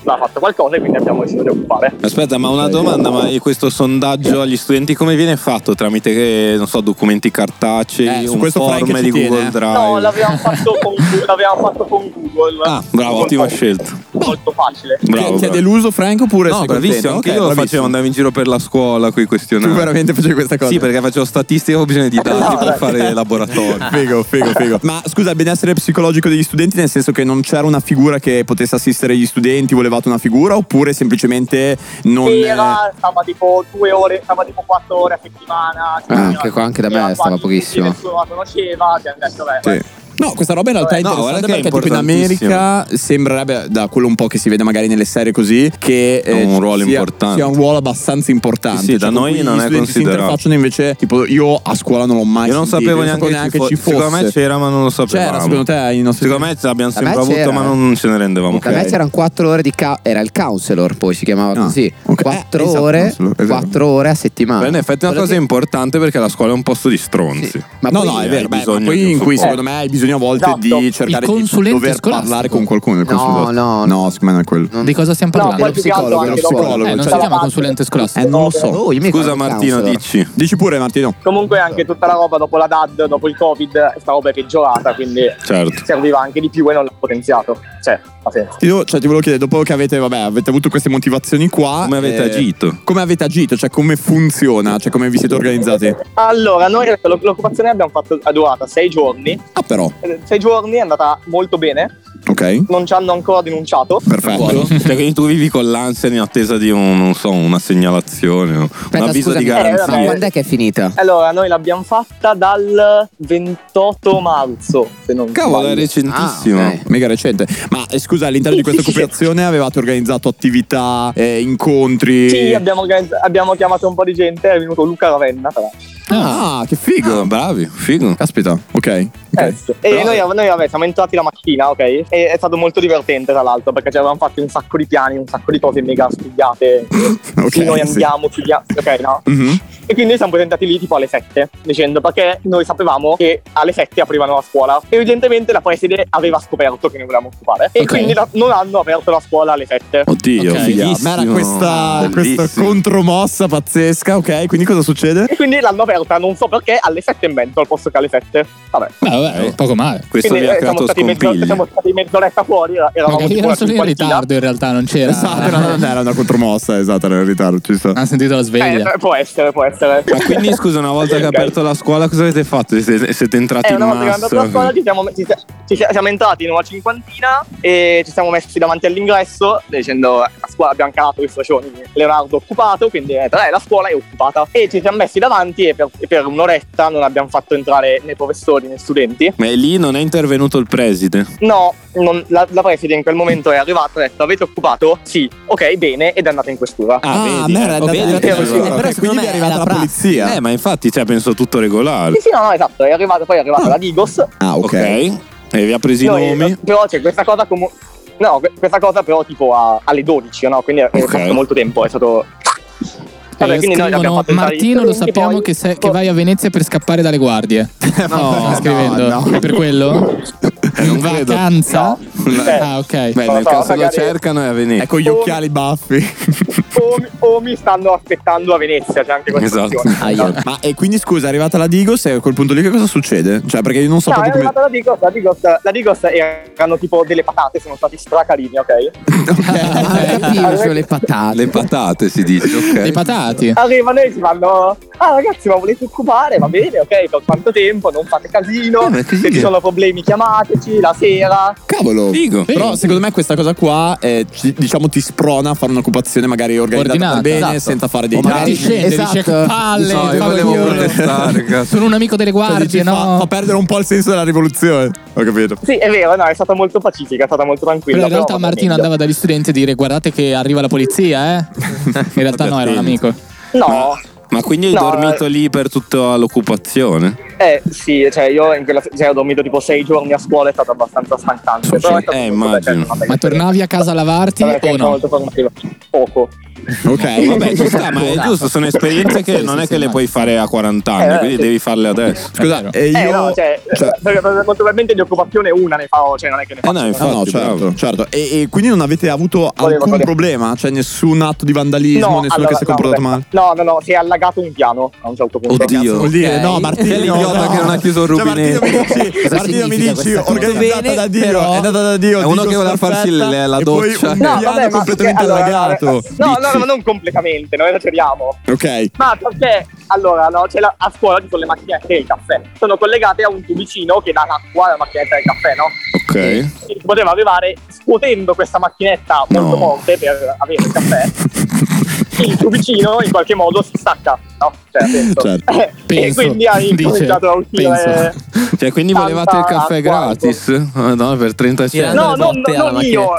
J: l'ha fatto qualcosa e quindi abbiamo deciso di occupare.
F: Aspetta, ma una domanda, ma questo sondaggio agli studenti come viene fatto? Tramite, eh, non so, documenti cartacei,
E: Eh, su
F: un
E: questo Frank
F: form
E: ci
F: di
E: tiene, eh.
F: Google Drive?
J: No, l'avevamo fatto con, l'avevamo fatto con Google.
F: Ah, bravo, ottima scelta.
J: Molto facile.
F: Bravo,
E: Ti ha
F: bravo.
E: deluso Franco oppure
F: no,
E: sei
F: bravissimo,
E: contento?
F: anche
E: Ok,
F: io lo
E: bravissimo.
F: facevo, andavo in giro per la scuola con i questionari.
E: Tu veramente facevi questa cosa?
F: Sì, perché facevo statistica, ho bisogno di dati
E: No,
F: per
E: dai.
F: fare laboratorio.
E: Figo, figo, figo. Ma scusa, il benessere psicologico degli studenti, nel senso che non c'era una figura che potesse assistere gli studenti, volevate una figura, oppure semplicemente non.
J: Sera, stava tipo due ore, stava tipo quattro ore a settimana.
D: Ah, anche qua- anche da me
J: Era
D: stava
J: quasi-
D: pochissimo.
J: Nessuno la conosceva, ti hanno detto, beh,
E: Sì. No, questa roba in realtà è
J: No,
E: interessante
J: guarda che è
E: perché tipo in America sembrerebbe, da quello un po' che si vede magari nelle serie così, che eh,
F: Ha un ruolo
E: sia,
F: importante.
E: sia un ruolo abbastanza importante.
F: Sì, sì, da
E: con
F: noi
E: cui
F: non
E: gli
F: è
E: studenti si
F: considerato.
E: interfacciano invece, tipo io a scuola non l'ho mai
F: Io non
E: sentito,
F: sapevo
E: non
F: neanche,
E: sapevo
F: che ci fosse. Secondo me c'era, ma non lo sapevamo.
E: C'era, secondo te, i nostri
F: Secondo me l'abbiamo
D: Da me
F: sempre avuto,
D: c'era.
F: ma non ce ne rendevamo
D: Da me c'erano 4 ore di ca- era il counselor, poi si chiamava così. 4
F: esatto,
D: ore,
F: counselor, è vero.
D: quattro ore a settimana.
F: Beh, in effetti è una
D: Quello
F: cosa
D: che-
F: importante perché la scuola è un posto di stronzi.
D: Ma
E: no,
D: poi-
E: no, è
D: hai
E: vero. beh,
F: bisogno
E: ma
F: di
E: poi
F: un
E: in cui
F: supporto.
E: secondo me hai bisogno a volte di cercare
C: Il
E: di
C: consulente
E: dover
C: scolastico.
E: parlare con qualcuno. il
C: No,
E: consulente.
C: no,
E: no, secondo me non è quello.
C: Di cosa stiamo
J: No,
C: parlando?
J: poi più che altro
E: psicologo,
J: anche
E: lo
J: dopo-
E: psicologo,
C: Eh, non
E: cioè-
C: si chiama consulente scolastico.
E: Eh, non lo so.
F: Scusa Martino, dici.
E: Dici pure Martino.
J: Comunque anche tutta la roba dopo la DAD, dopo il Covid, sta roba è peggiorata, quindi
F: Certo.
J: serviva anche di più e non l'ha potenziato. Cioè, ha senso.
E: Ti devo- cioè, ti volevo chiedere, dopo che avete, vabbè, avete avuto queste motivazioni qua. eh,
F: Come avete agito?
E: Come avete agito? Cioè, come funziona? Cioè, come vi siete organizzati? Ah,
J: Allora, noi in realtà l'oc- l'occupazione abbiamo fatto, è durata sei giorni.
E: Ah, però.
J: Eh, Sei giorni è andata molto bene,
E: Ok.
J: non ci hanno ancora denunciato.
E: Perfetto.
F: Cioè, quindi tu vivi con l'ansia in attesa di un, non so, una segnalazione, o un
D: Aspetta,
F: avviso
D: scusami,
F: di
D: eh, ma
F: garanzia.
D: quando è che è finita?
J: Allora, noi l'abbiamo fatta dal 28 marzo, se non
F: Cavolo, è
J: sbaglio.
F: recentissimo.
E: Ah, ok. Mega recente. Ma eh, scusa, all'interno di questa occupazione avevate organizzato attività, eh, incontri.
J: Sì, abbiamo, organizz- abbiamo chiamato un po' di gente, è venuto Luca Ravenna, tra l'altro.
E: Ah, che figo.
F: bravi, figo.
E: Caspita, ok.
J: Eh, E noi, noi, vabbè, siamo entrati la mattina, ok? E è stato molto divertente, tra l'altro, perché ci avevamo fatti un sacco di piani, un sacco di cose mega studiate. sì, noi
E: sì.
J: andiamo, chiudiamo, ok, no?
E: Mhm.
J: E quindi siamo presentati lì tipo alle 7, dicendo perché noi sapevamo che alle 7 aprivano la scuola. Evidentemente la preside aveva scoperto che noi volevamo occupare. E
E: Ok.
J: quindi la- non hanno aperto la scuola alle 7.
F: Oddio,
E: Ok,
F: fighissimo.
E: ma era questa,
F: Bellissimo.
E: questa contromossa pazzesca, ok? Quindi cosa succede?
J: E quindi l'hanno aperta, non so perché, alle 7 e mezzo al posto che alle 7. Vabbè.
C: Beh, vabbè, poco male.
F: Questo
J: Quindi,
F: mi ha
J: eh, siamo
F: creato
J: stati, mezzo-
F: scompigli.
J: siamo stati mezz'oretta fuori, era- eravamo
C: Magari
J: tipo
C: era
J: una
C: solo in
J: cinquantina.
C: ritardo, in realtà non c'era.
E: Esatto, era, una- era una contromossa, esatto, era in ritardo, ci sta.
C: Ha sentito la
J: Eh,
C: sveglia.
J: può essere, può essere.
F: Ma quindi scusa, una volta che ha
J: Ok.
F: aperto la scuola, cosa avete fatto? Siete, siete entrati in
J: Eh, una volta che abbiamo andato a scuola
F: massa?
J: ci siamo, ci si- ci si- siamo entrati in una cinquantina e ci siamo messi davanti all'ingresso dicendo "Eh, la scuola abbiamo calato questo c'è un Leonardo occupato, quindi eh, dai, la scuola è occupata. E ci siamo messi davanti e per, e per un'oretta non abbiamo fatto entrare né professori né studenti.
F: Ma lì non è intervenuto il preside.
J: No, non- la, la preside in quel momento è arrivata e ha detto avete occupato? Sì, ok, bene ed è andata in questura.
E: Ah, a me era andata-
F: vedi,
E: era-
F: eh,
E: sì,
F: però
E: però quindi vi è arrivata la polizia.
F: Eh, ma infatti, cioè, penso tutto regolare.
J: Sì, sì, no, no, esatto, è arrivata, poi è arrivata la Digos
E: Ah,
F: ok. E vi ha preso i
J: No,
F: nomi.
J: eh, Però c'è questa cosa comu- No, que- questa cosa però tipo a- alle 12, no? Quindi è
F: Ok.
J: passato molto tempo, è stato... Vabbè,
C: Eh,
J: quindi noi abbiamo
C: scrivono,
J: fatto entrare gli
C: Martino lo
J: studenti,
C: sappiamo
J: poi-
C: che, se- che vai a Venezia per scappare dalle guardie. No, scrivendo. È per quello? In vacanza? Ah, ok.
F: Beh, nel
J: Eh. so,
F: caso lo
J: magari-
F: cercano è a Venezia.
E: Ecco gli occhiali baffi.
J: o, mi- o Oh, mi stanno aspettando a Venezia, c'è anche questa
F: Esatto.
J: opzione.
E: Ah, Ma e quindi scusa, è arrivata la Digos e a quel punto lì che cosa succede? Cioè, perché io non so
J: No, è
E: proprio come.
J: arrivata la Digos, la Digos, la Digos erano tipo delle patate, sono stati stracarini, ok?
F: Ah, ecco.
D: Sono le patate.
F: Le patate si dice, ok.
C: Le patate.
F: Ah,
J: Arrivano e ci fanno, ah ragazzi ma volete occupare? Va bene, ok, per quanto tempo, non fate casino, se ci sono problemi chiamateci, la sera,
E: Cavolo.
F: Figo.
E: Però secondo me questa cosa qua eh, ci- diciamo ti sprona a fare un'occupazione magari organizzata
C: Ordinata,
E: per bene
C: esatto.
E: senza fare dei Esatto.
C: O magari scende, dice, "Palle, No, io volevo cavolo". protestare, Sono un amico delle guardie,
E: Guardi,
C: no?
E: Cioè, fa, fa perdere un po' il senso della rivoluzione. Ho capito.
J: Sì, è vero, no, è stata molto pacifica, è stata molto tranquilla.
C: Però in realtà
J: però va
C: Martino
J: meglio.
C: andava dagli studenti a dire guardate che arriva la polizia, eh? In realtà no, era un amico.
J: No,
F: Ma quindi hai
J: No,
F: dormito lì per tutta l'occupazione?
J: Eh sì, cioè io in quella cioè, ho dormito tipo sei giorni a scuola, è stato abbastanza stancante. Però è stato
F: Eh, immagino.
C: Ma tornavi a casa a lavarti
J: Vabbè,
C: o
J: che è
C: no?
J: molto formativa. Poco.
F: Ok, Eh, vabbè, ci sta, ma è giusto, sono esperienze che
J: Sì,
F: non
J: sì,
F: è
J: sì,
F: che le
J: ma-
F: puoi fare a 40
J: Eh,
F: anni,
J: eh,
F: quindi
J: sì.
F: devi farle adesso. Scusa, e
J: Eh, no, cioè, perché molto probabilmente di occupazione una ne fa, cioè non è che ne fa.
E: Ah, no, certo, certo. E, e quindi non avete avuto alcun problema? Cioè, nessun atto di vandalismo, nessuno
J: allora,
E: che si è
J: no,
E: comportato
J: beh,
E: male?
J: No, no, no, si è allagato un piano a un certo punto. Cioè,
E: Oddio. Cazzo vuol dire? No, Martino,
J: è
E: l'idiota che non ha
F: chiuso il
J: rubinetto.
E: Martino mi dici, organizzata
J: Bene,
E: da Dio,
J: però-
E: è data da Dio.
F: È uno
E: Diego
F: che vuole farsi
E: Scarpetta,
F: le- la
E: e poi
F: doccia.
E: un
F: No,
E: piano
J: vabbè, ma-
E: completamente
J: allora,
E: allagato.
J: No, no, no, non completamente, non esageriamo.
E: Ok.
J: Ma perché allora no, c'è la- a scuola ci sono le macchinette del caffè. Sono collegate a un tubicino che dà l'acqua alla macchinetta del caffè, no?
F: Ok.
J: E si poteva arrivare scuotendo questa macchinetta molto forte per avere il caffè. Il tubicino in qualche modo si stacca, no? Cioè, penso.
F: Certo.
J: e quindi hai
F: Dice,
J: cominciato a uscire. eh,
F: Cioè, quindi volevate il
J: tanta
F: caffè
J: acqua.
F: gratis? Madonna, per 30 centi.
J: No, no, no, non io.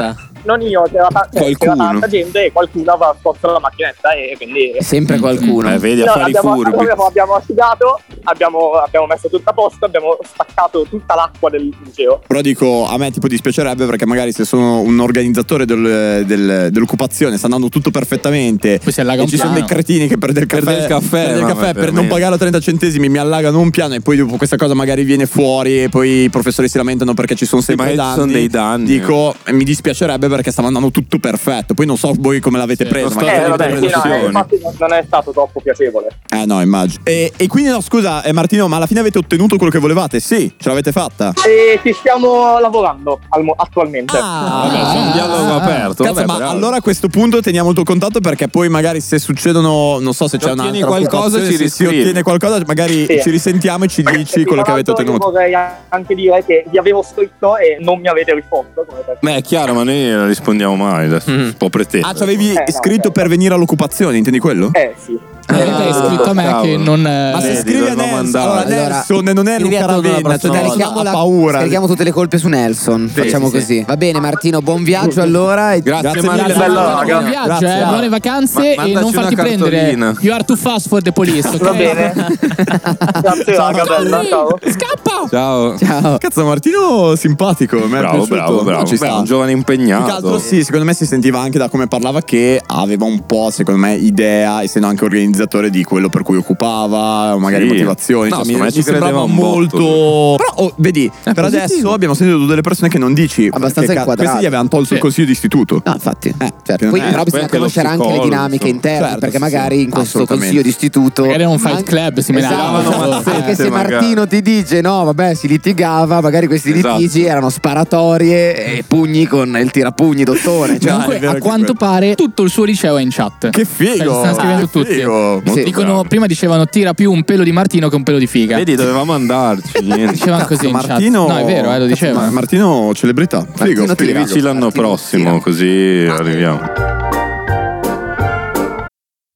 J: Non io, c'era, ta- eh, c'era
F: Qualcuno.
J: tanta gente e qualcuno aveva spostato la macchinetta e quindi...
D: Sempre qualcuno.
F: Eh, vedi,
J: No,
F: a fare i
J: abbiamo,
F: furbi.
J: abbiamo, abbiamo asciugato, abbiamo, abbiamo messo tutto a posto, abbiamo staccato tutta l'acqua del museo.
E: Però dico, a me tipo dispiacerebbe perché magari se sono un organizzatore del- del- dell'occupazione sta andando tutto perfettamente e ci
C: allaga un
E: sono
C: piano.
E: dei cretini che per del caffè,
F: del caffè,
E: per, del
F: vabbè,
E: caffè,
F: per
E: per non
F: me.
E: pagarlo 30 centesimi mi allagano un piano e poi dopo questa cosa magari viene fuori e poi i professori si lamentano perché ci sono sempre
F: ma ci
E: danni.
F: sono dei danni.
E: Dico, eh, mi dispiacerebbe perché stava andando tutto perfetto. Poi non so voi come l'avete preso. magari
J: eh,
E: avete
J: vabbè,
E: preso
J: sì, no, eh,
E: lezioni.
J: infatti non- non è stato troppo piacevole.
E: Eh no, immagino. E, e quindi no, scusa eh, Martino, ma alla fine avete ottenuto quello che volevate? Sì, ce l'avete fatta.
J: E ci stiamo lavorando al mo- attualmente.
E: Ah,
J: Ah,
F: un dialogo aperto.
E: eh, Cazzo,
F: vabbè,
E: ma
F: però-
E: allora a questo punto teniamo il tuo contatto perché poi magari se succedono, non so se c'è
F: ottieni
E: un'altra
F: qualcosa,
E: occupazione,
F: ci
E: se si
F: riscrivi.
E: ottiene qualcosa, magari
J: Sì.
E: ci risentiamo e ci dici
J: E
E: quello che
J: tra
E: avete
J: l'altro io
E: ottenuto.
J: Vorrei anche dire che vi avevo scritto e non mi avete risposto. Come per-
F: Beh, è chiaro, ma noi non rispondiamo mai. adesso,
C: Mm-hmm.
F: Un po' pretendere.
E: Ah, ci avevi
J: Eh, no,
E: scritto per venire all'occupazione, intendi quello?
J: Eh sì.
C: In realtà
F: eh,
C: hai Cioè, scritto a me che non. eh,
E: Ma se
C: vedi,
E: scrivi a
C: dovevo
E: Nelson,
C: mandare.
E: allora
C: Allora,
E: Nelson non è Luca
D: Scarichiamo la-
E: Ravenna, cioè Nelson
D: scarichiamo
E: ha
D: la-
E: paura.
D: Scarichiamo tutte le colpe su Nelson. Facciamo
E: sì,
D: così. Va bene, Martino, buon viaggio allora. e-
F: Grazie, mille,
C: Grazie,
F: bella
C: buon
F: raga.
C: viaggio,
F: Grazie.
C: eh, buone vacanze
F: Ma-
C: e non
F: mandaci
C: farti
F: una
C: prendere.
F: cartolina.
C: You are too fast for the police, ok?
J: Va bene. Grazie, raga, bella, ciao.
C: Scappa!
F: Ciao.
E: Cazzo, Martino simpatico. mi è
F: Bravo,
E: piaciuto.
F: bravo, bravo.
E: No, ci sta.
F: Beh, un giovane impegnato.
E: Più che altro sì, secondo me si sentiva anche da come parlava che aveva un po', secondo me, idea, essendo anche organizzatore di quello per cui occupava, o magari
F: Sì.
E: motivazioni.
F: No,
E: cioè,
F: secondo
E: mi,
F: me ci
E: mi sembrava
F: credeva un botto.
E: molto... Però, oh, vedi, per
D: positivo.
E: adesso abbiamo sentito delle persone che non dici... eh,
D: Abbastanza
E: che ca-
D: inquadrati.
E: Questi gli avevano tolto il
D: Sì.
E: consiglio di istituto.
D: No, infatti.
E: Eh,
D: Certo. Poi,
E: eh,
D: però bisogna
E: anche lo
D: conoscere anche le
E: psicologo,
D: dinamiche
E: insomma.
D: interne,
E: Certo,
D: perché
E: sì,
D: magari
E: sì,
D: in questo
E: assolutamente.
D: consiglio di istituto.
C: Magari era un
D: Ma-
C: fight club, si
D: Esatto,
C: menava.
D: esatto. Anche se
F: magari.
D: Martino ti dice no, vabbè, si litigava, magari questi
F: Esatto.
D: litigi erano sparatorie e pugni con il tirapugni dottore. Cioè,
C: Comunque, a quanto pare, tutto il suo liceo è in chat. Che
E: figo!
C: stanno scrivendo
E: Che
C: tutti.
E: figo!
C: Sì.
F: Molto
C: Dicono-
F: bravo.
C: prima dicevano tira più un pelo di Martino che un pelo di figa.
F: Vedi, dovevamo andarci. niente.
C: Dicevano così in chat.
E: Martino...
D: cioè,
C: No, è vero, eh,
E: Cazzo,
C: lo dicevo.
E: ma- Martino, celebrità. Figo, figo.
D: Martino
E: Ah, eh,
F: Scrivici l'anno prossimo, così arriviamo.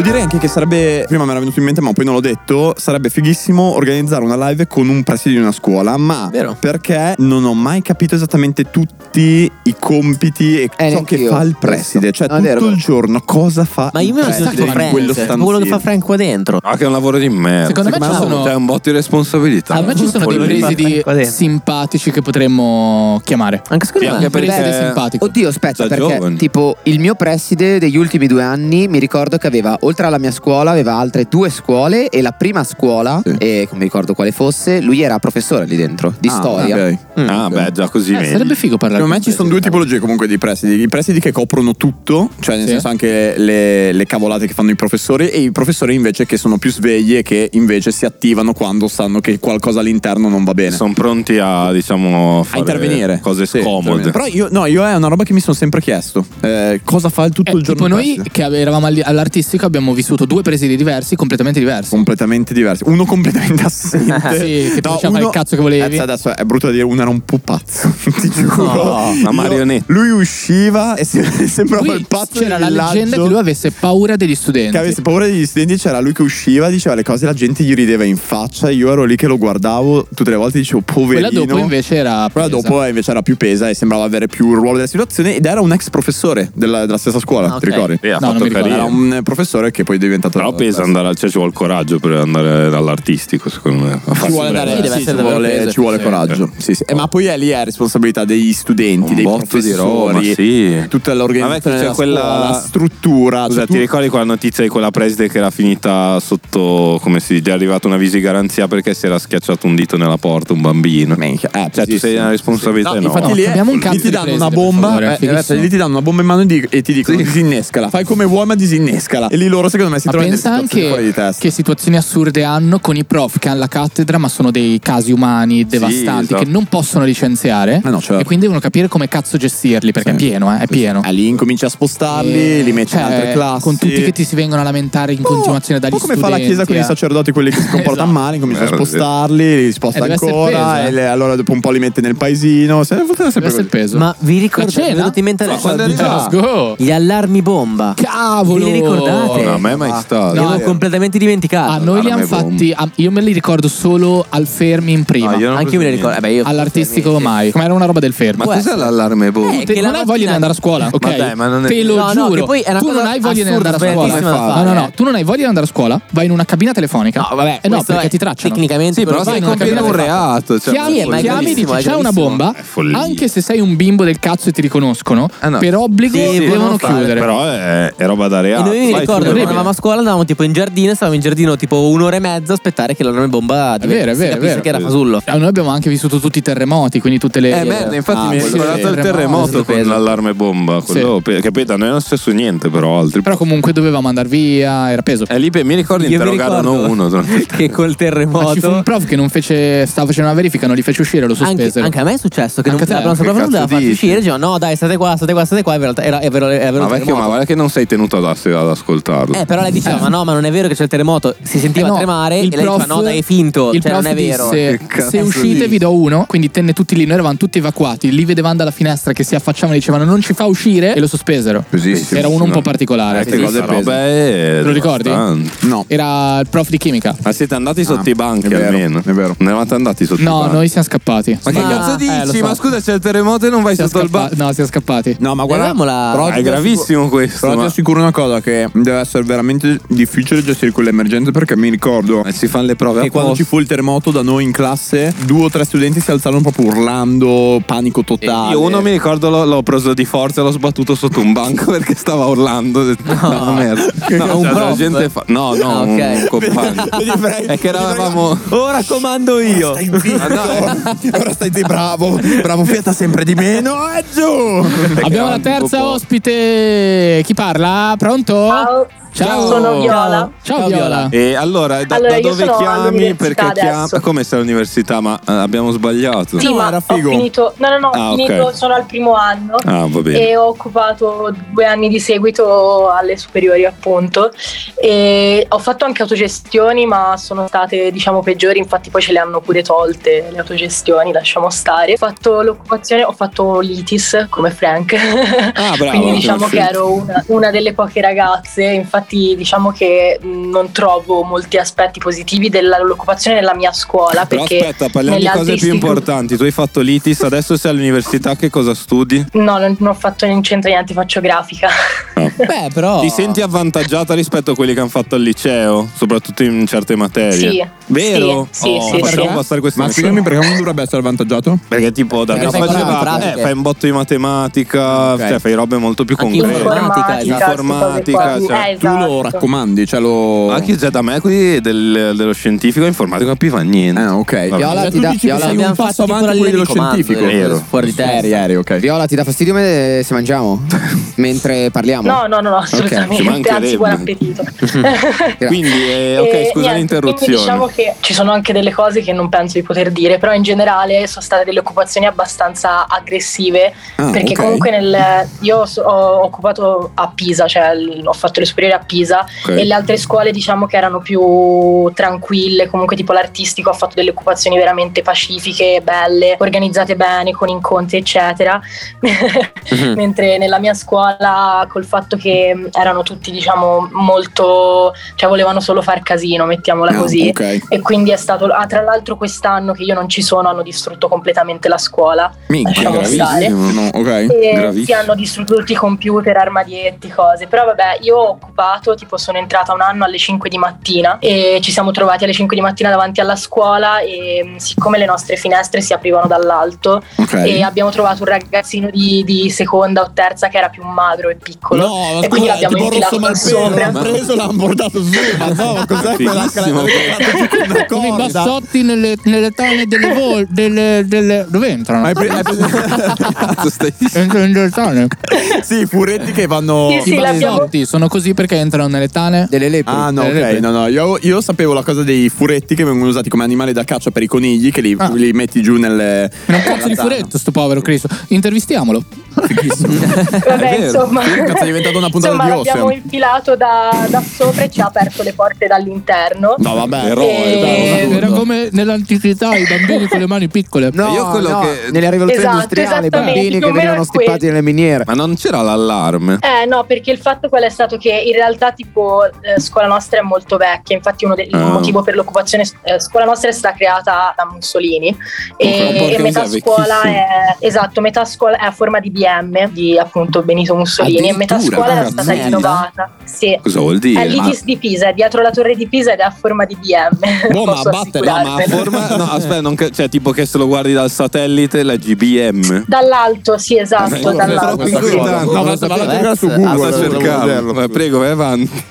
E: Devo dire anche che sarebbe, prima me era venuto in mente ma poi non l'ho detto, boh, sarebbe fighissimo organizzare una live con un preside di una scuola, ma
D: Vero.
E: perché non ho mai capito esattamente tutti i compiti e
D: Eh,
E: ciò che
D: neanch'io.
E: fa il preside, cioè
D: No, è
E: tutto
D: vero,
E: il giorno cosa fa
D: Ma
E: il
D: io me lo
E: preside
D: sento
E: in
D: Friends,
E: Cioè, quello
D: quello
E: stanzino.
D: che fa
G: Frank qua dentro.
F: Ah, che è un lavoro di merda.
C: Secondo me ci
F: no,
C: sono-
F: C'è un botto di responsabilità.
C: A me ci sono dei presidi simpatici che potremmo chiamare.
G: Anche
D: secondo me.
C: un preside
D: Beh,
C: simpatico.
D: Oddio, aspetta,
C: Da
D: perché
C: giovani.
D: tipo il mio preside degli ultimi due anni mi ricordo che aveva, oltre alla mia scuola, aveva altre due scuole e la prima scuola, e non mi ricordo quale fosse, lui era professore lì dentro, di
E: Ah,
D: storia. Eh,
E: ok.
F: Ah, beh, già così.
E: meglio.
C: sarebbe figo parlare
E: Secondo me
C: con
E: ci sono due tipologie comunque di presidi. I presidi che coprono tutto, cioè nel
C: Sì.
E: senso anche le, le cavolate che fanno i professori, e i professori invece che sono più svegli e che invece si attivano quando sanno che qualcosa all'interno non va bene.
F: Sono pronti a, diciamo, fare
E: intervenire.
F: cose
E: Sì,
F: scomode.
E: Però io, no, io è una roba che mi sono sempre chiesto. Eh, cosa fa il tutto il giorno?
C: Tipo
E: il
C: noi
E: preside?
C: che eravamo alli- all'artistico abbiamo vissuto due presidi diversi, completamente diversi.
E: Completamente diversi. Uno completamente assente.
C: Sì, che
E: No,
C: faceva
E: uno-
C: il cazzo che volevi.
E: Cazzo, adesso è brutto da dire, uno era un pupazzo. Ti giuro.
F: No, una
E: Io-
F: marionetta.
E: lui usciva e se- sembrava
C: Lui-
E: il pazzo.
C: c'era
E: del
C: la leggenda
E: villaggio.
C: che lui avesse paura degli studenti.
E: che avesse paura degli studenti c'era lui che usciva diceva le cose la gente gli rideva in faccia io ero lì che lo guardavo tutte le volte dicevo poverino
C: Quella dopo invece era
E: Quella
C: presa.
E: dopo eh, invece era più pesa e sembrava avere più il ruolo della situazione ed era un ex professore della, della stessa scuola
C: Ah, ok.
E: ti ricordi?
F: Sì, ha No, fatto non mi ricordo.
E: era
F: carriera.
E: un eh, professore che poi è diventato
F: Però pesa andare al cioè ci vuole il coraggio per andare dall'artistico, secondo me. A
E: ci
F: farsi
E: vuole,
F: breve.
E: andare, sì, ci vuole, ci vuole coraggio sì, sì. Eh, ma poi è lì è responsabilità degli studenti dei
F: botto
E: professori
F: di roba, sì.
E: tutta l'organizzazione
F: Vabbè, c'è
E: della
F: quella-
E: scuola, la struttura
F: Scusa,
E: cioè,
F: ti
E: tu-
F: ricordi quella notizia di quella preside che era finita sotto, come si dice, è arrivata una visigaranzia perché si era schiacciato un dito nella porta un bambino? cioè, tu
E: sì,
F: sei
E: sì,
F: una responsabilità
E: No,
F: enorme.
E: infatti lì, è-
C: abbiamo un
E: lì
C: cazzo
E: ti
C: di
E: danno
C: preside,
E: una
C: per favore,
E: bomba, eh,
C: fighissimo.
E: ragazzi, lì ti danno una bomba in mano e di- e ti dicono disinnescala. Fai come vuoi ma disinnescala. E lì loro secondo me si
C: Ma
E: trovano in
C: pensa
E: situazioni fuori di
C: anche
E: testa.
C: che situazioni assurde hanno con i prof che hanno la cattedra, ma sono dei casi umani devastanti
E: esatto.
C: che non possono licenziare.
E: no, certo.
C: E quindi devono capire come cazzo gestirli, perché è pieno, eh, è pieno.
E: Ah, lì incominci a spostarli,
C: Eh,
E: li metti
C: cioè,
E: in altre classi.
C: Con tutti che ti si vengono a lamentare in continuazione dagli
E: Un po' come
C: studenti.
E: fa la Chiesa con
C: eh.
E: i sacerdoti, quelli che si comportano
C: Esatto.
E: male, incomincia a
F: Merda.
E: spostarli, li sposta
C: Eh, deve essere
E: ancora,
C: peso, eh.
E: e le- allora dopo un po' li mette nel paesino. Se, sempre così.
G: Ma vi ricordate?
C: La
G: Mi è
C: cena?
G: venuto in mente
C: Ma
G: adesso.
C: quando
G: Di
C: arriva?
G: Just Go. Gli allarmi bomba.
C: Cavolo! Ah,
G: Ve li ricordate?
F: No, a me è mai stato.
G: Li avevo completamente dimenticato.
C: A Ah, noi li hanno fatti, a- io me li ricordo solo al Fermi in prima.
F: No, io non
G: Anche io me li ricordo. Eh, beh, io-
C: All'artistico mai, come era una roba del Fermi.
F: Ma cos'è l'allarme bomba?
G: Eh, che
C: Te-
G: la
C: non hai
G: mattina-
C: voglia di andare a scuola, ok?
F: Ma dai, ma non è-
C: Te lo
G: No, no,
C: giuro.
G: che poi è una
C: tu
G: cosa
C: non hai voglia di
G: assurda,
C: andare a scuola.
G: sbagliatissima da
C: No, no,
G: fare,
C: no, tu non hai voglia di andare a scuola, vai in una cabina telefonica.
G: No, vabbè,
C: Eh no,
G: questo
C: perché
G: è-
C: ti tracciano.
G: tecnicamente Sì, però
C: Vai
G: stai
C: in una cabina
G: compiendo un
C: telefonica.
F: reato, cioè,
G: Sì, ma
C: Chiami,
G: è
C: chiami dici
G: gravissimo, è
C: c'è una
G: gravissimo.
C: bomba,
F: È follia.
C: anche se sei un bimbo del cazzo e ti riconoscono,
F: Ah, no.
C: per obbligo devono chiudere.
F: Però è, è roba da
G: E
F: reato.
G: noi mi
F: Vai,
G: ricordo
F: chiudere.
G: quando andavamo a scuola andavamo tipo in giardino, stavamo in giardino tipo un'ora e mezza a aspettare che l'allarme bomba
C: È vero, è vero, è vero.
G: che era fasullo.
C: Ah, Noi abbiamo anche vissuto tutti i terremoti, quindi tutte le.
F: Eh, merda, infatti
C: Ah,
F: mi è
C: quello
F: ricordato
C: sì.
F: il terremoto con
C: Peso.
F: l'allarme bomba. Quello, pe- Che poi da noi non è successo niente, però altri.
C: Però comunque dovevamo andare via, era peso.
F: E lì per- Eh, mi ricordo
G: Io mi
F: interrogarono
G: ricordo
F: uno. durante il
G: Che col
C: Ma ci fu un
G: terremoto
C: prof che non fece, stava facendo una verifica, non li fece uscire, lo
G: anche,
C: sospesero.
G: anche a me è successo che
C: Anche
G: non,
C: a te?
G: la prof
C: Che
G: non
C: cazzo
G: doveva farci
C: dici?
G: uscire, diceva no dai state qua, state qua, state qua, in realtà era, è vero, è vero
F: Ma
G: il
F: vecchio, ma
G: terremoto.
F: guarda che non sei tenuto ad, ass- ad ascoltarlo.
G: Eh, però lei diceva, ma no, ma non è vero che c'è il terremoto. Si sentiva
C: Eh no,
G: tremare e
C: il
G: lei diceva,
C: prof-
G: no, dai, è finto.
C: Il
G: Cioè,
C: prof
G: non è vero.
C: disse,
F: Che cazzo
C: se uscite
F: dici?
C: vi do uno, quindi tenne tutti lì, noi eravamo tutti evacuati, li vedevamo dalla finestra che si affacciavano e dicevano non ci fa uscire e lo sospesero.
F: Pesissimo.
C: Era uno un po' particolare.
F: Eh, Queste cose
C: Pesissimo.
F: roba è
C: Te lo ricordi?
F: devastante.
E: No.
C: Era il prof di chimica.
F: Ma siete andati sotto
E: Ah,
F: i banchi
E: è vero,
F: almeno.
E: è vero.
F: Ne eravate andati sotto i
C: No,
F: banchi.
C: noi siamo scappati.
F: Ma che cazzo
C: eh, lo
F: dici?
C: so.
F: ma scusa, c'è il terremoto e non vai
C: Siamo
F: sotto il
C: scappa-
F: banco.
C: No, siamo scappati.
E: No, ma guarda,
G: Avevamo la-
E: però
F: Ah,
E: ti
F: è
E: assicuro-
F: gravissimo questo.
E: Però ti
F: ma-
E: assicuro una cosa che deve essere veramente difficile gestire quell'emergenza perché mi ricordo
F: Eh, Si fanno le prove
E: che quando ci
F: apposta.
E: fu il terremoto da noi in classe, due o tre studenti si alzarono proprio urlando, panico totale.
F: Io uno mi ricordo l'ho, l'ho preso di forza e l'ho sbattuto sotto un banco perché stava urlando. Ho detto, No, merda. No,
G: un
F: cioè, la
G: prof?
F: gente fa- no, no,
G: Ah, ok.
F: un compagno. È che eravamo.
G: Ora comando io.
F: Ah, no,
E: Ora stai zitto, bravo, bravo, fiata sempre di meno. E giù!
C: Abbiamo la terza ospite. Chi parla? Pronto?
I: Ciao.
C: Ciao.
I: Sono Viola.
C: Ciao,
G: Ciao,
C: Viola.
F: E allora, da,
I: Allora,
F: da
I: io
F: dove
I: sono
F: chiami?
I: all'università
F: Perché chiami?
I: adesso.
F: Come sei all'università? Ma eh, abbiamo sbagliato.
I: Sì, ma ho finito. No, no, no,
F: Ah,
I: ho finito,
F: ok.
I: sono al primo anno
F: Ah, va bene.
I: e ho occupato due anni di seguito alle superiori, appunto. E ho fatto anche autogestioni, ma sono state, diciamo, peggiori, infatti poi ce le hanno pure tolte le autogestioni, lasciamo stare. Ho fatto l'occupazione, ho fatto l'itis come Frank.
F: Ah, bravo.
I: Quindi diciamo che ero una, una delle poche ragazze, infatti diciamo che non trovo molti aspetti positivi dell'occupazione nella mia scuola.
F: Però
I: perché
F: aspetta, parliamo di
I: negli
F: cose
I: altri
F: più
I: istituti-
F: importanti. Tu hai fatto l'ITIS, adesso sei all'università, che cosa studi?
I: No, non, non ho fatto non c'entra niente, faccio grafica.
D: Ah,
E: Ah.
F: Beh, però. Ti senti avvantaggiata rispetto a quelli che hanno fatto al liceo, soprattutto in certe materie.
I: Sì.
F: Vero?
I: Sì,
F: Oh,
I: sì, sì,
F: facciamo
I: sì.
F: passare questa
E: Ma spiegami perché uno dovrebbe essere avvantaggiato?
F: Perché tipo da
E: Perché
F: no,
E: fai
F: faceva-
E: cose pratiche.
F: eh, fai un botto di matematica, cioè fai robe molto più
E: Anche
F: concrete.
E: informatica, esatto.
F: informatica,
E: Informatica,
F: cioè,
E: eh, Tu lo esatto. raccomandi,
F: cioè lo. Ah, che già da me qui del- dello scientifico informatico non più fa niente. Ah, ok.
E: Cioè,
D: Viola, ti dà- Viola, abbiamo fatto tipo la linea di comando, eh,
F: Vero.
D: fuori di testa. Viola, ti dà fastidio me- se mangiamo? Mentre parliamo?
I: No, no, no, no,
D: Ok, ci
I: assolutamente.
D: mancherebbe.
I: Anzi, buon appetito.
F: Quindi, eh, ok,
I: E
F: scusa
I: niente,
F: l'interruzione.
I: quindi Diciamo che ci sono anche delle cose che non penso di poter dire, però in generale sono state delle occupazioni abbastanza aggressive,
L: Ah,
I: perché
L: ok.
I: comunque nel- io so- ho occupato a Pisa, cioè l- ho fatto le superiori a Pisa
L: Ok.
I: e le altre scuole diciamo che erano più tranquille, comunque tipo l'artistico ha fatto delle occupazioni veramente pacifiche, belle, organizzate bene, con incontri eccetera.
L: Mhm.
I: mentre nella mia scuola col fatto che mh, erano tutti diciamo molto cioè volevano solo far casino mettiamola
L: Ah,
I: così
L: ok.
I: e quindi è stato ah, tra l'altro quest'anno che io non ci sono hanno distrutto completamente la scuola
E: Minchia,
I: lasciamo stare.
E: gravissimo. No, ok,
I: E sì,
E: gravissimo.
I: hanno distrutto tutti i computer, armadietti, cose. Però vabbè, io ho occupato, tipo sono entrata un anno alle 5 di mattina e ci siamo trovati alle 5 di mattina davanti alla scuola e mh, siccome le nostre finestre si aprivano dall'alto
L: Ok.
I: e abbiamo trovato un ragazzino di, di seconda o terza che era più magro e piccolo
E: No, ma
I: e quindi
E: scusa,
I: l'abbiamo
E: tipo Rosso
I: infilato
E: Malpelo,
I: qua sopra.
E: l'hanno preso, l'hanno bordato e su, ma no, ma cos'è quella
C: Fighissimo.
E: quella-
C: Come i bassotti nelle, nelle tane delle vol... Delle, delle... Dove entrano?
E: Hai pre- hai
C: Entrano nelle tane.
E: Sì, i furetti che vanno.
C: I bassotti sono così perché entrano nelle tane delle lepri.
E: Ah no,
C: Delle
E: ok,
C: lepri.
E: no, no, io, io sapevo la cosa dei furetti che vengono usati come animale da caccia per i conigli che li, li metti giù nel...
C: Ma è un cazzo di furetto sto povero Cristo. Intervistiamolo.
I: Vabbè,
E: È vero.
I: insomma,
E: Sì, cazzo, è diventata una puntata
I: insomma,
E: di
I: l'abbiamo
E: Osem.
I: infilato da, da sopra e ci ha aperto le porte dall'interno.
E: No, vabbè,
C: Eh, era come nell'antichità i bambini con le mani piccole.
D: No, Io quello no, che- nella rivoluzione
I: Esatto,
D: industriale i
I: esattamente,
D: bambini
I: più
D: che
I: o meno
D: venivano
I: è
D: stippati nelle miniere.
F: Ma non c'era l'allarme?
I: Eh no, perché il fatto qual è stato che in realtà tipo eh, scuola nostra è molto vecchia, infatti uno del il
F: Ah.
I: motivo per l'occupazione eh, scuola nostra è stata creata da Mussolini
L: Ok,
I: e,
L: porca
I: e metà
L: miseria,
I: scuola
L: vecchissimo.
I: è esatto, metà scuola è a forma di BM di appunto Benito Mussolini e metà
F: Addirittura,
I: scuola era
F: porca
I: stata
F: merda.
I: rinnovata. Sì.
F: Cosa vuol dire?
I: È l'ITIS
F: Ma-
I: di Pisa, è dietro la torre di Pisa ed è a forma di BM.
F: Boh, ma
I: Posso
F: batte, no, ma a
I: assicurarvelo.
F: forma. No, aspetta, non che- cioè, tipo che se lo guardi dal satellite, la GBM.
I: Dall'alto, sì, esatto, dall'alto.
F: No,
E: ma
F: vado
E: a cercare su Google,
F: a cercarlo. Ma Eh, Prego, vai avanti.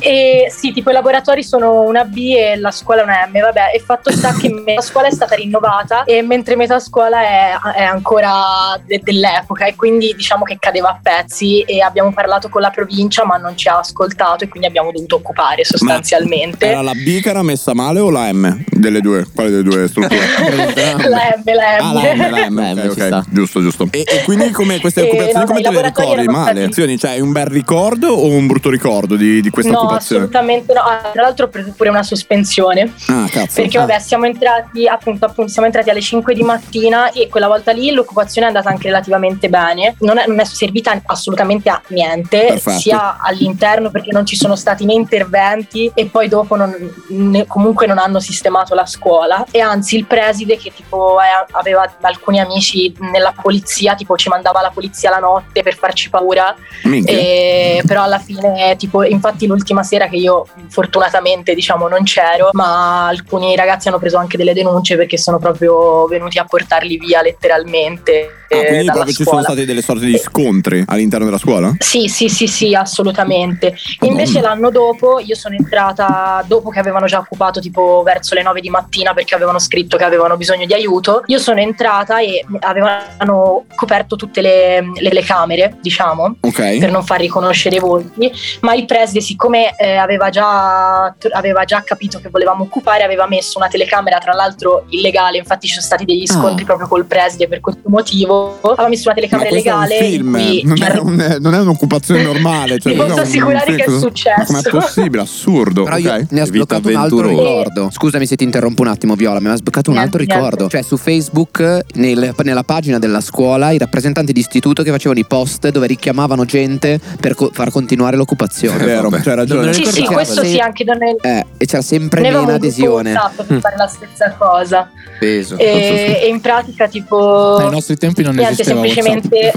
I: E sì, tipo i laboratori sono una B e la scuola una M, vabbè, e fatto sta che metà scuola è stata rinnovata e mentre metà scuola è, è ancora de- dell'epoca e quindi diciamo che cadeva a pezzi e abbiamo parlato con la provincia ma non ci ha ascoltato e quindi abbiamo dovuto occupare sostanzialmente.
E: Era la B che era messa male o la M? Delle due, quale delle due strutture?
I: La M, la M.
E: Ah, la M, la M, ok, ok, giusto, giusto. E, e quindi come queste
I: Eh,
E: occupazioni
I: no,
E: come
I: i
E: te le
I: laboratori
E: ricordi?
I: erano
E: Male? Azioni, Cioè, un bel ricordo o un brutto ricordo di, di questa
I: no,
E: occupazione?
I: assolutamente no. Ah, Tra l'altro ho preso pure una sospensione.
E: Ah, cazzo.
I: Perché vabbè, siamo entrati appunto, appunto, siamo entrati alle 5 di mattina e quella volta lì l'occupazione è andata anche relativamente bene. Non è, non è servita assolutamente a niente,
L: Perfetto.
I: sia all'interno perché non ci sono stati né interventi e poi dopo non- ne- comunque non hanno sistemato la scuola. E anzi, il preside che tipo è- aveva alcuni amici nella polizia, tipo ci mandava la polizia la notte per farci paura.
L: Minchia.
I: E- però alla fine, tipo, infatti l'ultima sera che io fortunatamente diciamo non c'ero, ma alcuni ragazzi hanno preso anche delle denunce perché sono proprio venuti a portarli via letteralmente.
E: Ah,
I: eh,
E: quindi
I: dalla
E: proprio ci sono
I: scuola.
E: state delle sorte di scontri all'interno della scuola?
I: Sì, sì, sì, sì, assolutamente. Invece l'anno dopo io sono entrata, dopo che avevano già occupato tipo verso le 9 di mattina perché avevano scritto che avevano bisogno di aiuto, io sono entrata e avevano coperto tutte le, le- le camere, diciamo,
L: Ok.
I: per non far riconoscere i volti, ma il preside siccome eh, aveva, già, aveva già capito che volevamo occupare, aveva messo una telecamera tra l'altro illegale, infatti ci sono stati degli
E: Ah.
I: scontri proprio col preside per questo motivo, aveva messo una telecamera
E: questo è un
I: illegale in
E: film,
I: cui
E: non
I: c'era-
E: è un, non è un'occupazione normale. Cioè,
I: Ti
E: non
I: posso
E: un-
I: assicurare
E: sì,
I: che è
E: cosa-
I: successo.
E: Ma com'è possibile? Assurdo.
D: Però io
E: ok?
D: ne ha
E: Vita
D: sbloccato un altro
E: avventurosa.
D: ricordo. Scusami se ti interrompo un attimo, Viola, ma mi ha sbloccato un altro
E: niente.
D: ricordo. Cioè, su Facebook, nel- nella pagina della scuola, i rappresentanti di istituto che facevano i post dove richiamavano gente per co- far continuare l'occupazione.
E: È vero, cioè, hai ragione.
I: Sì, sì, questo sì, anche da noi.
D: Eh, e c'era sempre
I: Noi avevamo
D: meno
I: un gruppo
D: adesione. Mm.
I: WhatsApp per fare Eh, la stessa cosa.
D: Peso.
I: E, e in pratica, tipo.
C: Ai nostri tempi non
I: niente,
C: esisteva
I: semplicemente.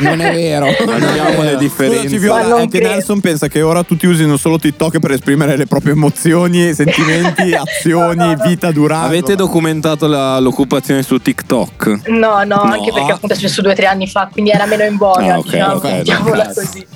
D: Non è vero.
E: Abbiamo le
I: differenze.
E: differenze.
I: Ma non
E: anche
I: credo.
E: Nelson pensa che ora tutti usino solo TikTok per esprimere le proprie emozioni, sentimenti, azioni, vita durante.
F: Avete documentato la- l'occupazione su TikTok?
I: No, no, anche perché appunto è successo due o tre anni fa, quindi era meno in voga,
F: Ah, ok,
I: diciamo,
F: ok,
I: mettiamola
F: no.
I: così.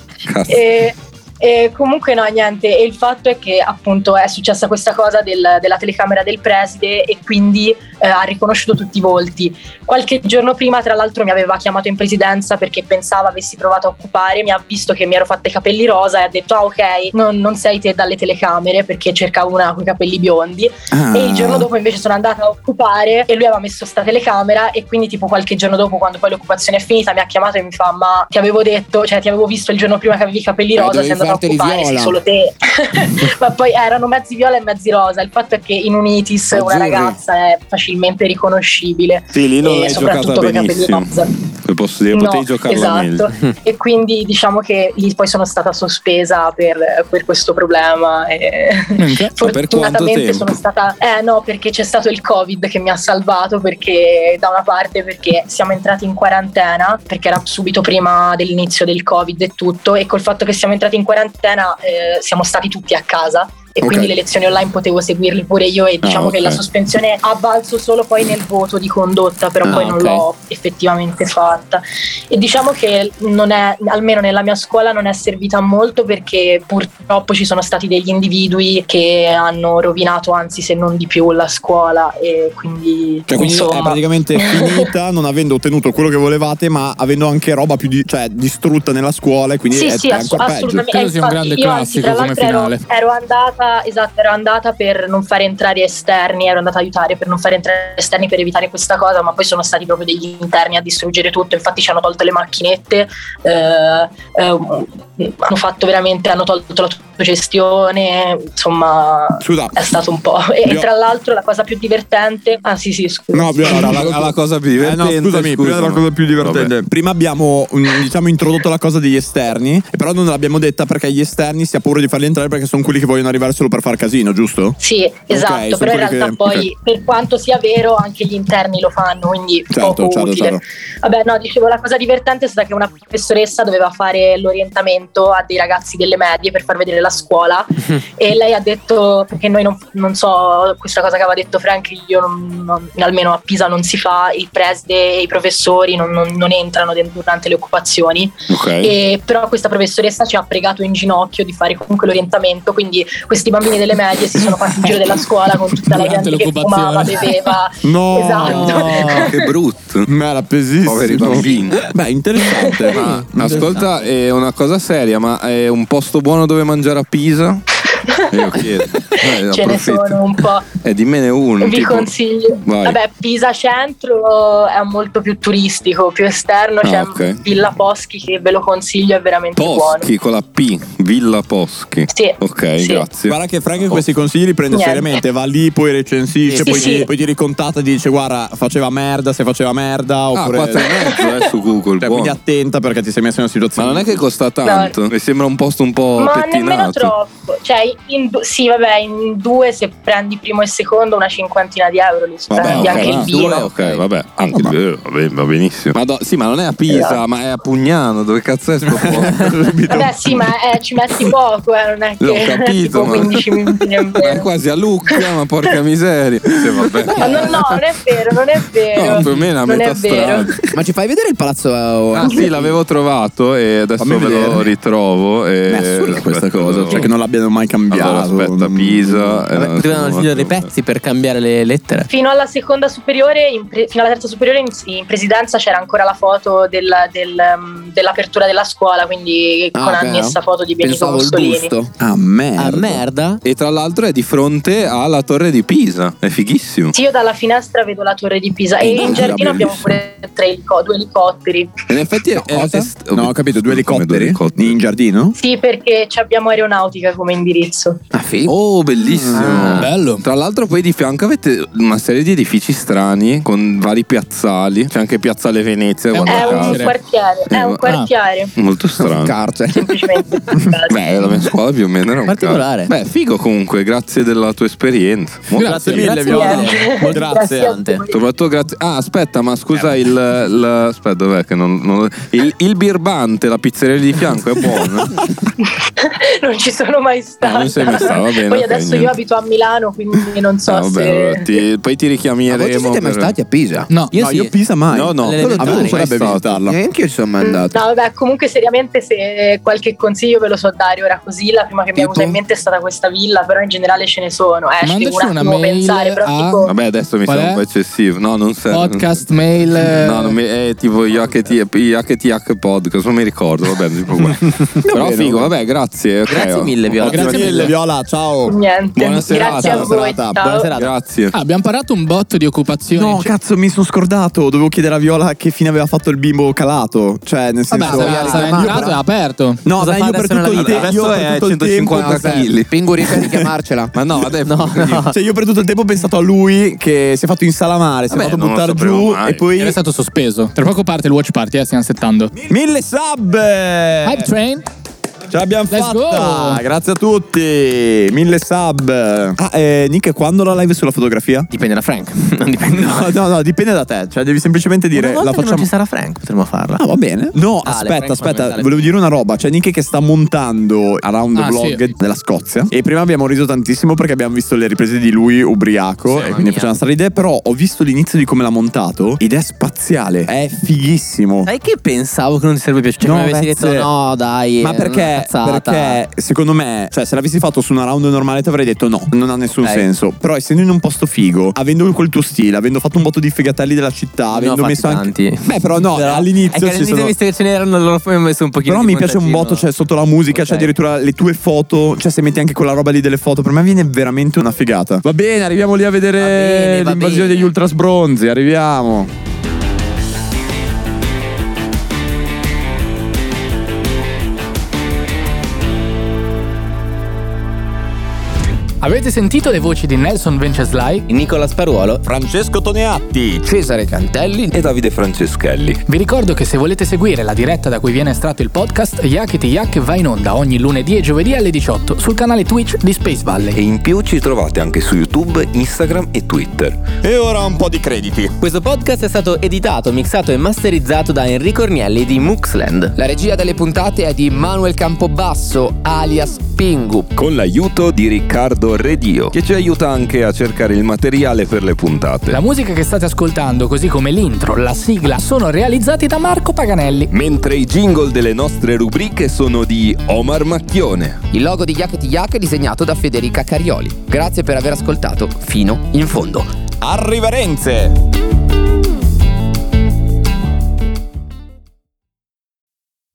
I: E, e comunque no, niente, e il fatto è che appunto è successa questa cosa del- della telecamera del preside e quindi eh, ha riconosciuto tutti i volti. Qualche giorno prima, tra l'altro, mi aveva chiamato in presidenza perché pensava avessi provato a occupare, mi ha visto che mi ero fatta i capelli rosa e ha detto ah ok, non, non sei te dalle telecamere perché cercavo una con i capelli biondi.
B: Ah.
I: E il giorno dopo invece sono andata a occupare e lui aveva messo sta telecamera e quindi tipo qualche giorno dopo quando poi l'occupazione è finita mi ha chiamato e mi fa ma ti avevo detto, cioè ti avevo visto il giorno prima che avevi i capelli
D: Eh,
I: rosa,
D: dovevi
I: sei andata a
D: farteli
I: occupare, sei
D: viola."
I: solo te. ma poi erano mezzi viola e mezzi rosa, il fatto è che in un itis una
F: Azzurri.
I: ragazza è facilmente riconoscibile.
F: Sì, lì non
I: E
F: l'hai
I: Eh, soprattutto
F: giocata
I: coi capelli
F: benissimo.
I: rosa.
F: Poi Posso dire,
I: No,
F: potevi giocarla
I: esatto.
F: meglio.
I: e quindi diciamo che lì poi sono stata sospesa per, per questo problema. E
F: per quanto
I: fortunatamente sono
F: tempo?
I: stata. Eh no, perché c'è stato il Covid che mi ha salvato. Perché da una parte perché siamo entrati in quarantena, perché era subito prima dell'inizio del Covid e tutto, e col fatto che siamo entrati in quarantena eh, siamo stati tutti a casa. E
B: Ok.
I: quindi le lezioni online potevo seguirle pure io
F: Ah,
I: e diciamo che
B: ok.
I: la sospensione ha valso solo poi nel voto di condotta, però
B: Ah,
I: poi non
B: ok.
I: l'ho effettivamente fatta. E diciamo che non è, almeno nella mia scuola non è servita molto perché purtroppo ci sono stati degli individui che hanno rovinato, anzi se non di più, la scuola e quindi,
E: Cioè, quindi è
I: insomma...
E: praticamente finita, non avendo ottenuto quello che volevate, ma avendo anche roba più di- cioè, distrutta nella scuola, e quindi
I: sì,
E: è,
I: sì,
E: è
I: ass-
E: ancora peggio.
I: assolutamente. Eh, infatti, io, anzi, tra l'altro Ero, eh, ero andata, esatto, ero andata per non far entrare esterni, ero andata a aiutare per non far entrare esterni per evitare questa cosa, ma poi sono stati proprio degli interni a distruggere tutto. Infatti, ci hanno tolto le macchinette, eh, eh, hanno fatto veramente, hanno tolto la gestione, insomma,
E: Scusa.
I: è stato un po'. E, e
E: Io-
I: tra l'altro, la cosa più divertente, ah, sì, sì, scusa.
E: No, abbiamo-
F: Alla- alla cosa più divertente,
E: Eh no, scusami, prima
F: scusami.
E: della cosa più divertente. Prima abbiamo mm, diciamo introdotto la cosa degli esterni, e però non l'abbiamo detta perché gli esterni si ha paura di farli entrare perché sono quelli che vogliono arrivare solo per far casino, giusto?
I: Sì, esatto,
E: sono
I: però in
E: quelli
I: realtà
E: che-
I: poi
E: ok.
I: per quanto sia vero anche gli interni lo fanno, quindi
E: Certo,
I: poco
E: certo,
I: Oh, utile.
E: certo.
I: Vabbè, no, dicevo la cosa divertente è stata che una professoressa doveva fare l'orientamento a dei ragazzi delle medie per far vedere la scuola e lei ha detto perché noi non, non so questa cosa che aveva detto Frank io non- non- almeno a Pisa non si fa il preside e i professori non, non- non entrano de- durante le occupazioni
F: Ok.
I: E- però questa professoressa ci ha pregato in ginocchio di fare comunque l'orientamento quindi questi bambini delle medie si sono fatti il giro della scuola con tutta la gente che fumava beveva
E: No,
I: Esatto.
E: che
F: brutto.
E: Ma era pesissimo.
F: Poveri bambini.
E: Beh, interessante.
F: Ma
E: Interessante.
F: ascolta, è una cosa seria, ma è un posto buono dove mangiare a Pisa? Io chiedo. Eh,
I: ce ne
F: approfitto.
I: sono un po'
F: Eh, dimmene uno.
I: Vi
F: tipo-
I: consiglio.
F: Vai.
I: Vabbè, Pisa Centro è molto più turistico, più esterno.
F: Ah,
I: c'è
F: ok.
I: Villa Poschi che ve lo consiglio, è veramente buono.
F: Poschi con la P, Villa Poschi.
I: Sì.
F: Ok, Oh.
I: Sì.
F: grazie.
E: Guarda che Frank questi consigli li prende
I: Niente.
E: seriamente, va lì, poi recensisce,
I: Sì,
E: poi,
I: sì.
E: Ti, poi ti ricontatta e ti dice guarda faceva merda, se faceva merda oppure...
F: quattro e mezzo, eh, su Google,
E: Cioè,
F: buono.
E: quindi attenta perché ti sei messo in una situazione...
F: Ma non è che costa tanto? Mi sembra un posto un po'
I: Ma nemmeno
F: pettinato.
I: troppo. Cioè, in du- sì, vabbè, in due se prendi primo e secondo una cinquantina di euro li spendi anche il vino.
F: due, ok, vabbè, anche il due, va bene, va benissimo. Ma sì, ma non è a Pisa,
I: Esatto.
F: ma è a Pugnano, dove cazzo è sto posto?
I: Vabbè, sì, ma eh, ci metti poco, eh, non è che
F: L'ho capito,
I: tipo
F: ma-
I: 15 minuti
F: Ma
I: nemmeno.
F: è quasi a Lucca, ma porca miseria. Sì, vabbè.
I: Ma no, no, non è vero, non è vero.
F: No, più o meno a
I: non
F: metà
I: è vero.
F: strada.
D: Ma ci fai vedere il palazzo? eh,
F: Ah sì, l'avevo trovato e adesso
E: Fammi
F: ve lo
E: vedere.
F: ritrovo. E...
E: È assurda eh, questa cosa, cioè che non l'abbiano mai cambiato.
F: Allora, aspetta, Pisa. eh, no,
G: Potevano
F: sono-
G: scegliere i pezzi per cambiare le lettere.
I: Fino alla seconda superiore, in pre- fino alla terza superiore in, in presidenza c'era ancora la foto del, del, um, dell'apertura della scuola, quindi
A: Ah,
I: con
A: ok,
I: Anni e
A: no?
I: sta foto di Benito
A: Pensavo il
I: Mussolini.
A: busto.
E: Ah, merda.
F: E tra l'altro è di fronte alla torre di Pisa. È fighissimo.
I: Sì, io dalla finestra vedo la torre di Pisa e
F: no,
I: in
F: era
I: giardino abbiamo pure tre elico- due elicotteri.
E: In effetti è- è- No, ho capito, due elicotteri in giardino?
I: Sì, perché ci abbiamo aeronautica come indirizzo.
E: Ah,
F: Oh, bellissimo. Bello. Tra l'altro, poi di fianco avete una serie di edifici strani con vari piazzali. C'è anche Piazzale Venezia. guarda
I: È un
F: caso.
I: quartiere,
E: Eh,
I: è un
F: Ah.
I: quartiere.
F: Molto
D: Ah.
F: strano. Beh, la mia scuola più o meno era un
I: Particolare.
F: car- Beh, figo comunque, grazie della tua esperienza.
G: Grazie mille, Grazie Viola. mille. Molto Grazie. interessante.
F: Soprattutto grazie. Ah, aspetta, ma scusa il, il- aspetta, dov'è che non, non- il, il birbante, la pizzeria di fianco è buono.
I: non ci sono mai stata.
F: Eh, non sei mai stata, va bene,
I: Poi
F: ok,
I: adesso io
F: niente.
I: abito a Milano, quindi non so
F: Ah, vabbè,
I: se.
F: allora ti- poi ti richiameremo.
D: Ma voi ci siete mai stati a Pisa?
F: No,
D: No, io Pisa mai.
F: No, no,
D: Alle
F: sarebbe
D: elementari. Mai stato.
F: visitarla.
D: Neanche io ci sono mai andato.
I: No, vabbè, comunque seriamente se qualche consiglio ve lo so dare ora così, la prima che mi è venuta in mente è stata questa villa, però in generale ce ne sono, eh, ci devo
C: Mandaci
I: un
C: una
I: attimo
C: mail
I: pensare, però
C: a-
I: tipo,
F: Ah? Vabbè, adesso mi
C: Qual
F: sembra
C: è?
F: un po' eccessivo. No, non
C: Esatto.
F: serve.
C: Podcast, mail. eh,
F: No, non mi, è tipo YHT YHTH podcast, non mi ricordo, vabbè, non si può guardare. Però
E: bene,
F: figo,
E: va
F: vabbè, grazie. ok.
E: Grazie mille, Viola. Grazie mille, Viola, ciao.
I: niente.
F: Buona serata.
I: Grazie a voi.
E: serata.
I: ciao.
E: Buona serata.
F: Grazie.
C: Ah, abbiamo parlato un botto di occupazioni.
E: No, cazzo, mi sono scordato. Dovevo chiedere a Viola che fine aveva fatto il bimbo calato. Cioè, nel senso.
C: Vabbè, sarà- sarà entrato e ha aperto.
E: No,
C: Cosa
E: dai,
C: fa
E: io per
C: adesso nella
E: tutto il
C: vita?
E: tempo. io per tutto il tempo-
D: Pingurizia di chiamarcela.
F: Ma no, adesso
E: Cioè, io per tutto il tempo ho pensato a lui che si è fatto insalamare, si è
C: Vabbè,
E: fatto
C: non lo
E: buttare
C: sapremo
E: giù
C: mai.
E: e poi.
C: Era stato sospeso. Tra poco parte il watch party, eh, stiamo settando.
E: Mille sub! Hype
C: train.
E: Ce l'abbiamo
C: Let's
G: Oh.
E: fatta!
C: go.
E: Ah, Grazie a tutti! Mille sub! Ah, eh, Nick, quando la live sulla fotografia?
G: Dipende da Frank. Non dipende
E: No, no, no, dipende da te. Cioè, devi semplicemente dire.
G: Una
E: la
G: volta che non
E: facciamo...
G: ci sarà Frank, potremmo farla.
E: Ah, va bene. No,
G: Ah, le
E: aspetta,
G: prank
E: aspetta.
G: fondamentali.
E: Volevo dire una roba. C'è Nick che sta montando Around the
G: Ah,
E: Vlog della Scozia. E prima abbiamo riso tantissimo perché abbiamo visto le riprese di lui ubriaco. e quindi faceva una strana idea. Però ho visto l'inizio di come l'ha montato ed è spaziale. È fighissimo.
G: Sai che pensavo che non ti sarebbe piaciuto? Cioè,
E: No,
G: mi avessi
E: Bezze.
G: detto no, dai.
E: Ma
G: è una
E: perché?
G: cazzata.
E: Perché secondo me, cioè, se l'avessi fatto su una round normale, ti avrei detto no, non ha nessun
G: Ok.
E: senso. Però, essendo in un posto figo, avendo quel tuo stile, avendo fatto un botto di figatelli della città, avendo
G: fatti
E: messo anche.
G: tanti.
E: Beh, però no, all'inizio
G: È che
E: ci
G: all'inizio
E: sono.
G: visto che ce n'erano, allora poi ho messo un pochino.
E: Però
G: di
E: mi piace un
G: contagino.
E: botto, cioè sotto la musica, c'è addirittura le tue foto, cioè se metti anche quella roba lì delle foto, per me viene veramente una figata. Va bene, arriviamo lì a vedere
G: Eh,
E: l'invasione degli Ultras Bronzi, arriviamo.
C: Avete sentito le voci di Nelson Venceslai,
G: Nicola Sparuolo,
E: Francesco Toneatti,
C: Cesare Cantelli
F: e Davide Franceschelli.
C: Vi ricordo che se volete seguire la diretta da cui viene estratto il podcast, Yakety Yak va in onda ogni lunedì e giovedì alle 18 sul canale Twitch di Space Valley.
M: E in più ci trovate anche su YouTube, Instagram e Twitter.
E: E ora un po' di crediti.
G: Questo podcast è stato editato, mixato e masterizzato da Enrico Ornielli di Muxland.
B: La regia delle puntate è di Manuel Campobasso, alias Pingu.
M: Con l'aiuto di Riccardo Redio, che ci aiuta anche a cercare il materiale per le puntate.
C: La musica che state ascoltando, così come l'intro, la sigla, sono realizzati da Marco Paganelli.
M: Mentre i jingle delle nostre rubriche sono di Omar Macchione.
B: Il logo di Yakety Yak è disegnato da Federica Carioli. Grazie per aver ascoltato fino in fondo.
E: Arriverenze!